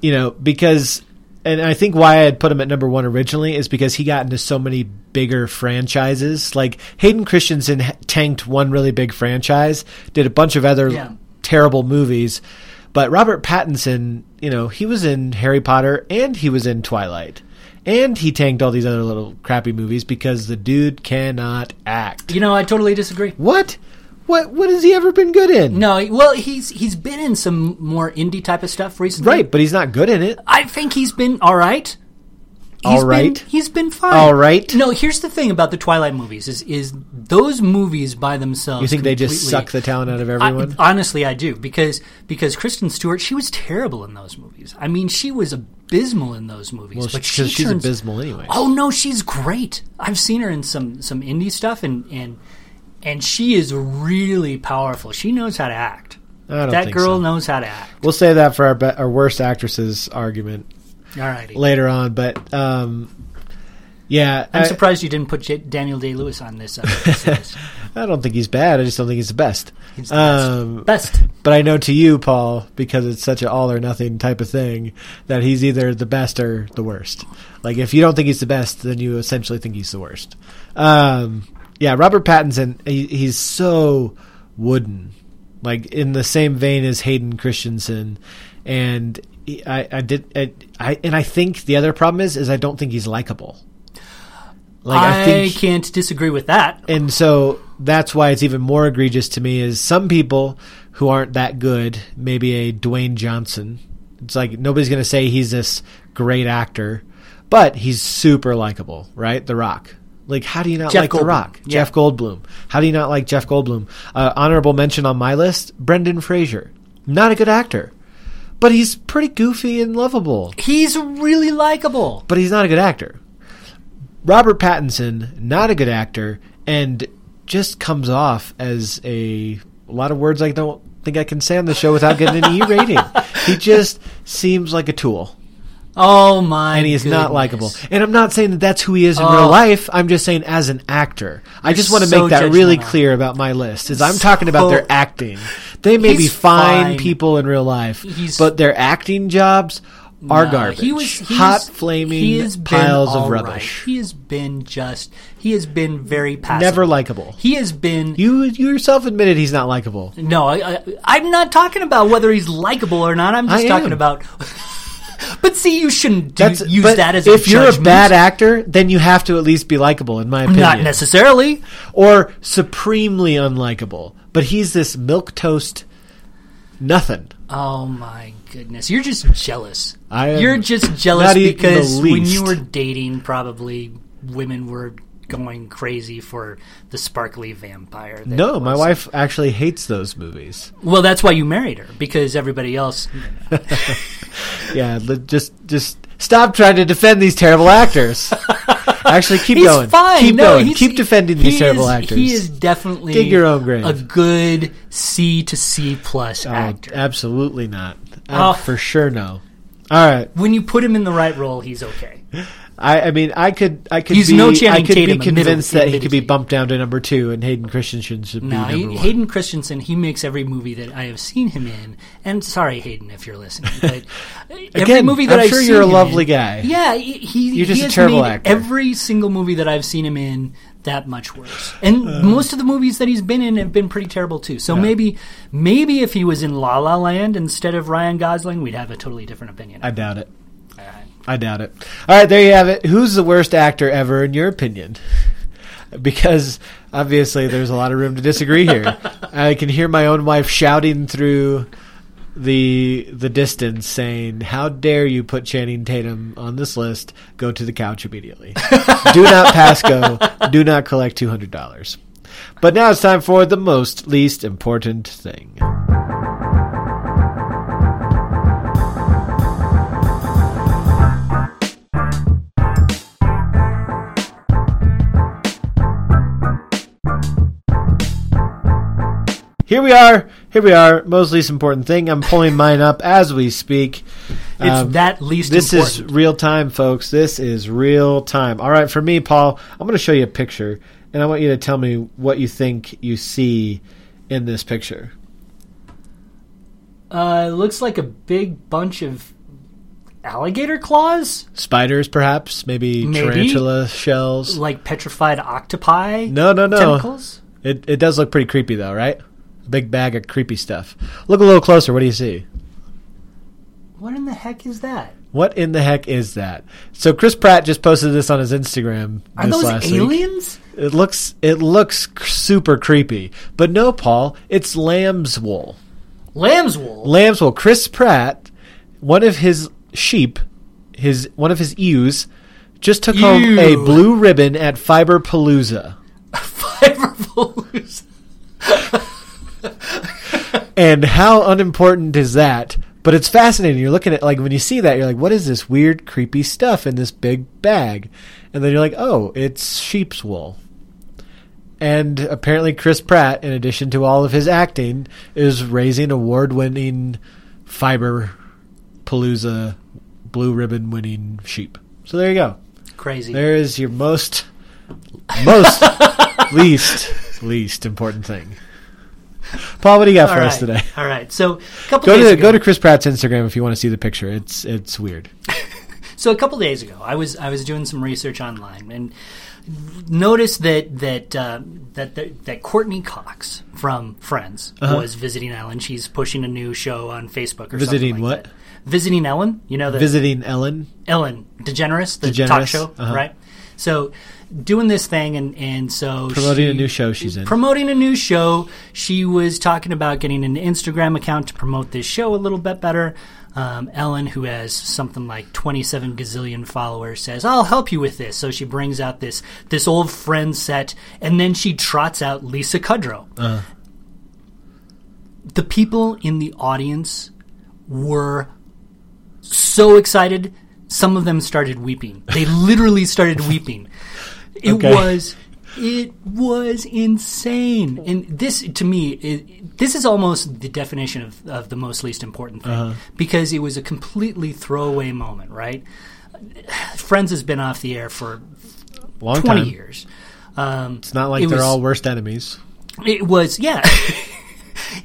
You know, because, and I think why I had put him at number one originally is because he got into so many bigger franchises. Like Hayden Christensen h- tanked one really big franchise, did a bunch of other Yeah. terrible movies. But Robert Pattinson, you know, he was in Harry Potter and he was in Twilight. And he tanked all these other little crappy movies because the dude cannot act. You know, I totally disagree. What? What what has he ever been good in? No, he- well, he's he's been in some more indie type of stuff recently. Right, but he's not good in it. I think he's been all right. He's All right. been- he's been fine. All right. No, here's the thing about the Twilight movies is is those movies by themselves. You think they just completely- suck the talent out of I- everyone? honestly, I do because because Kristen Stewart, she was terrible in those movies. I mean, she was abysmal in those movies. well, but because she she's turns- abysmal anyway. Oh no, she's great. I've seen her in some some indie stuff, and and and she is really powerful. She knows how to act. I don't that think girl so. knows how to act. We'll save that for our, be- our worst actresses argument All righty. later on. But um, Yeah, I'm I- surprised you didn't put J- Daniel Day Lewis on this. Uh, <laughs> this list. I don't think he's bad. I just don't think he's the best. He's the best. Um, Best. But I know to you, Paul, because it's such an all or nothing type of thing, that he's either the best or the worst. Like if you don't think he's the best, then you essentially think he's the worst. Um, yeah, Robert Pattinson, he, he's so wooden, like in the same vein as Hayden Christensen, and he, I, I did, I, I, and I think the other problem is, is I don't think he's likable. Like I, can't disagree with that. and so that's why it's even more egregious to me is some people who aren't that good, maybe a Dwayne Johnson. It's like nobody's going to say he's this great actor, but he's super likable, right? The Rock. Like, how do you not Jeff like Goldblum. The Rock? Yeah. Jeff Goldblum. How do you not like Jeff Goldblum? Uh, honorable mention on my list: Brendan Fraser. Not a good actor, but he's pretty goofy and lovable He's really likable. but he's not a good actor. Robert Pattinson, not a good actor, and just comes off as a, a lot of words I don't think I can say on the show without getting an E rating. He just seems like a tool, Oh my! and he is not goodness. likable. And I'm not saying that that's who he is in Oh. real life. I'm just saying as an actor. I just want to so make that really judgmental. clear about my list. Is I'm talking about their So- acting. They may be He's fine, fine. people in real life, He's- but their acting jobs. Are No, garbage. Uh, He was he's- hot, flaming he has been piles of all right. rubbish. He has been just. He has been very passive. never likable. He has been. You you yourself admitted he's not likable. no, I, I, I'm not talking about whether he's likable or not. I'm just I talking am. about. <laughs> but see, you shouldn't do, That's use but that as if a you're a judgment. bad actor, then you have to at least be likable, in my opinion, Not necessarily. or supremely unlikable. But he's this milk toast, nothing. Oh my goodness! You're just jealous. I am You're just jealous not even the because when least. you were dating, probably women were going crazy for the sparkly vampire. that No, my was- wife actually hates those movies. Well, that's why you married her because everybody else. Yeah, li- just just stop trying to defend these terrible <laughs> actors. actually, keep He's going. fine. Keep no, going. he's- keep defending he these terrible is- actors. He is definitely Dig your own grave. a good C to C plus Oh, actor. absolutely not. Oh. Uh, For sure, no. All right. when you put him in the right role, he's okay. I, I mean, I could, I could He's be, no Channing I could Tatum be in middle- convinced in that he middle could be league. bumped down to number two, and Hayden Christensen should be Now, number one. Hayden Christensen, he makes every movie that I have seen him in, and sorry, Hayden, if you're listening, but <laughs> every Again, movie that I'm have sure seen you're a him lovely in- guy. Yeah, he, he You're just he a has terrible made actor. Every single movie that I've seen him in, that much worse, and Uh. most of the movies that he's been in have been pretty terrible too. So maybe, maybe if he was in La La Land instead of Ryan Gosling, we'd have a totally different opinion. I doubt it. I doubt it. All right, there you have it. Who's the worst actor ever, in your opinion? Because obviously, there's a lot of room to disagree here. I can hear my own wife shouting through the the distance, saying, "How dare you put Channing Tatum on this list? Go to the couch immediately. Do not pass go. Do not collect two hundred dollars." But now it's time for the most least important thing. Here we are. Here we are. Most least important thing. I'm pulling mine up as we speak. it's Um, that least. This important. is real time, folks. This is real time. All right, for me, Paul, I'm going to show you a picture, and I want you to tell me what you think you see in this picture. Uh, it looks like a big bunch of alligator claws, Spiders, perhaps, maybe, Maybe. tarantula shells. like petrified octopi. No, no, no. Tentacles. It it does look pretty creepy, though, right? A big bag of creepy stuff. Look a little closer. What do you see? What in the heck is that? What in the heck is that? So Chris Pratt just posted this on his Instagram. Are this those last week. aliens? It looks it looks c- super creepy, but no, Paul, it's lamb's wool. Lamb's wool. <laughs> Lamb's wool. Chris Pratt, one of his sheep, his one of his ewes, just took home Ew. a blue ribbon at Fiber Palooza, Fiberballs. and how unimportant is that? But it's fascinating. You're looking at like when you see that, you're like, what is this weird, creepy stuff in this big bag? And then you're like, oh, it's sheep's wool. And apparently, Chris Pratt, in addition to all of his acting, is raising award-winning fiber palooza blue ribbon winning sheep. So there you go. crazy. There is your most, <laughs> most, least, least important thing. Paul, what do you got All for right. us today? All right. So a couple Go days to ago, go to Chris Pratt's Instagram if you want to see the picture. It's it's weird. so a couple days ago, I was I was doing some research online and noticed that that uh, that, that that Courtney Cox from Friends Uh-huh. was visiting Ellen. She's pushing a new show on Facebook or Visiting something like what? that. Visiting Ellen. You know the Visiting Ellen. Ellen DeGeneres, the DeGeneres, talk show, uh-huh. right? So doing this thing and and so Promoting a she- new show she's in. Promoting a new show. She was talking about getting an Instagram account to promote this show a little bit better. Um, Ellen, who has something like 27 gazillion followers, says, "I'll help you with this." So she brings out this this old friend set, and then she trots out Lisa Kudrow. Uh. The people in the audience were so excited. Some of them started weeping. <laughs> They literally started weeping. It Okay. was it was insane. And this to me it, this is almost the definition of, of the most least important thing Uh-huh. because it was a completely throwaway moment, right? <sighs> Friends has been off the air for Long 20 time. years. Um, It's not like It they're was- all worst enemies. it <laughs> was, yeah.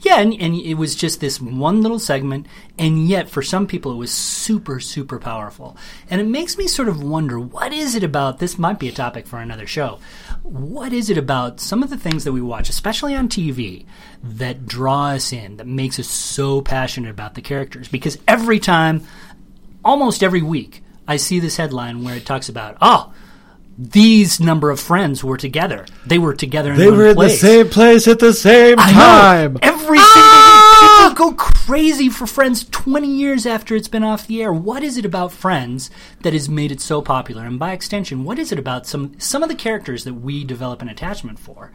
yeah, and, and it was just this one little segment, and yet for some people it was super, super powerful. And it makes me sort of wonder what is it about this might be a topic for another show. What is it about some of the things that we watch, especially on TV, that draw us in, that makes us so passionate about the characters? Because every time, almost every week, I see this headline where it talks about, oh, these number of friends were together. They were together in They one were in the place. same place at the same I know. time. Every single week, people go crazy for Friends 20 years after it's been off the air. What is it about Friends that has made it so popular? And by extension, what is it about some some of the characters that we develop an attachment for?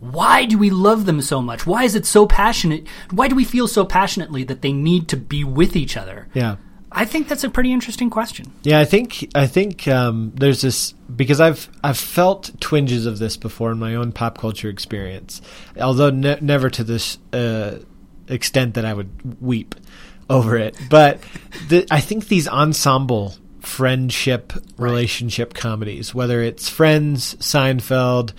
Why do we love them so much? Why is it so passionate? Why do we feel so passionately that they need to be with each other? Yeah. I think that's a pretty interesting question. Yeah, I think I think um, there's this because I've I've felt twinges of this before in my own pop culture experience, although ne- never to this uh, extent that I would weep over it. But the, I think these ensemble friendship relationship comedies, whether it's Friends, Seinfeld,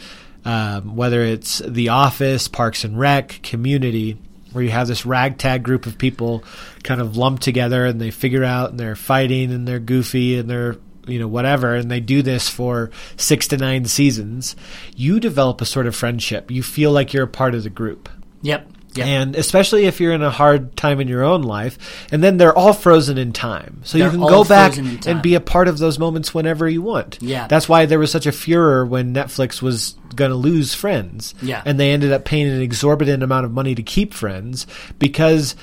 um, whether it's The Office, Parks and Rec, Community, where you have this ragtag group of people kind of lumped together and they figure out and they're fighting and they're goofy and they're you know whatever and they do this for 6 to 9 seasons you develop a sort of friendship you feel like you're a part of the group Yep. Yep. and especially if you're in a hard time in your own life and then they're all frozen in time so you They're can all go back frozen in time. and be a part of those moments whenever you want Yeah. that's why there was such a furor when netflix was going to lose friends Yeah. and they ended up paying an exorbitant amount of money to keep friends because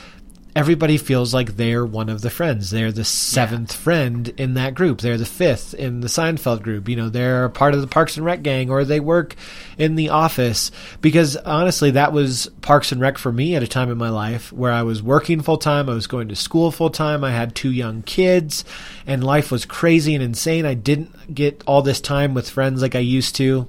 everybody feels like they're one of the friends they're the seventh friend in that group they're the fifth in the seinfeld group you know they're a part of the parks and rec gang or they work in the office because honestly that was parks and rec for me at a time in my life where i was working full-time i was going to school full-time i had two young kids and life was crazy and insane i didn't get all this time with friends like i used to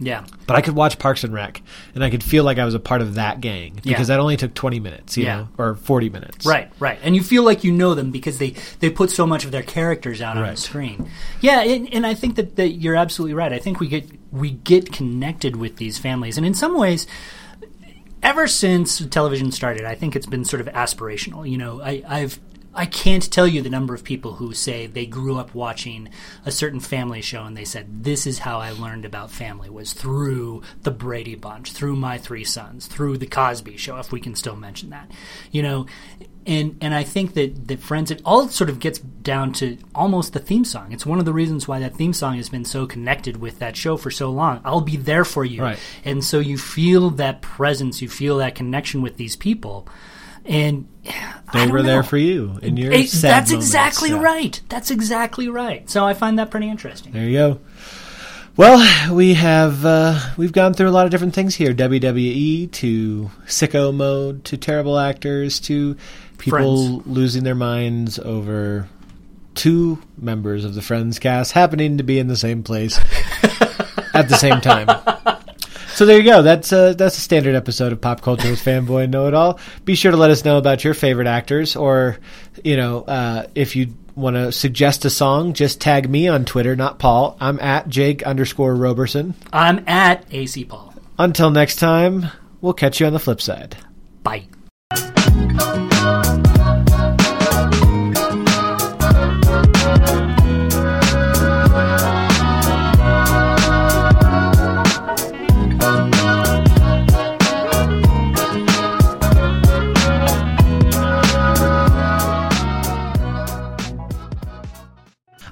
yeah. but I could watch Parks and Rec, and I could feel like I was a part of that gang because Yeah. that only took twenty minutes, you Yeah. know, or forty minutes. Right, right. And you feel like you know them because they, they put so much of their characters out on the Right. screen. Yeah, and, and I think that, that you're absolutely right. I think we get we get connected with these families. And in some ways, ever since television started, I think it's been sort of aspirational. You know, I, I've I can't tell you the number of people who say they grew up watching a certain family show and they said, This is how I learned about family was through the Brady Bunch, through my three sons, through the Cosby show, if we can still mention that. You know, and and I think that, that Friends it all sort of gets down to almost the theme song. It's one of the reasons why that theme song has been so connected with that show for so long. I'll be there for you Right. and so you feel that presence you feel that connection with these people and They were there for you in your. it, sad that's moments. exactly Yeah. right that's exactly right so i find that pretty interesting There you go. Well, we have uh, we've gone through a lot of different things here: WWE to sicko mode to terrible actors to people losing their minds over two members of the Friends cast happening to be in the same <laughs> place at the same time. So there you go. That's a, that's a standard episode of Pop Culture with Fanboy and Know It All. Be sure to let us know about your favorite actors, or you know, uh, if you want to suggest a song, just tag me on Twitter, not Paul. I'm at Jake underscore Roberson. I'm at AC Paul. Until next time, we'll catch you on the flip side. Bye.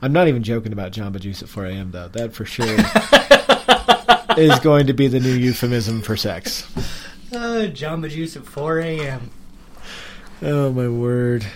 I'm not even joking about Jamba Juice at 4 a.m. though. That for sure is going to be the new euphemism for sex. Jamba Juice at 4 a.m. Oh my word.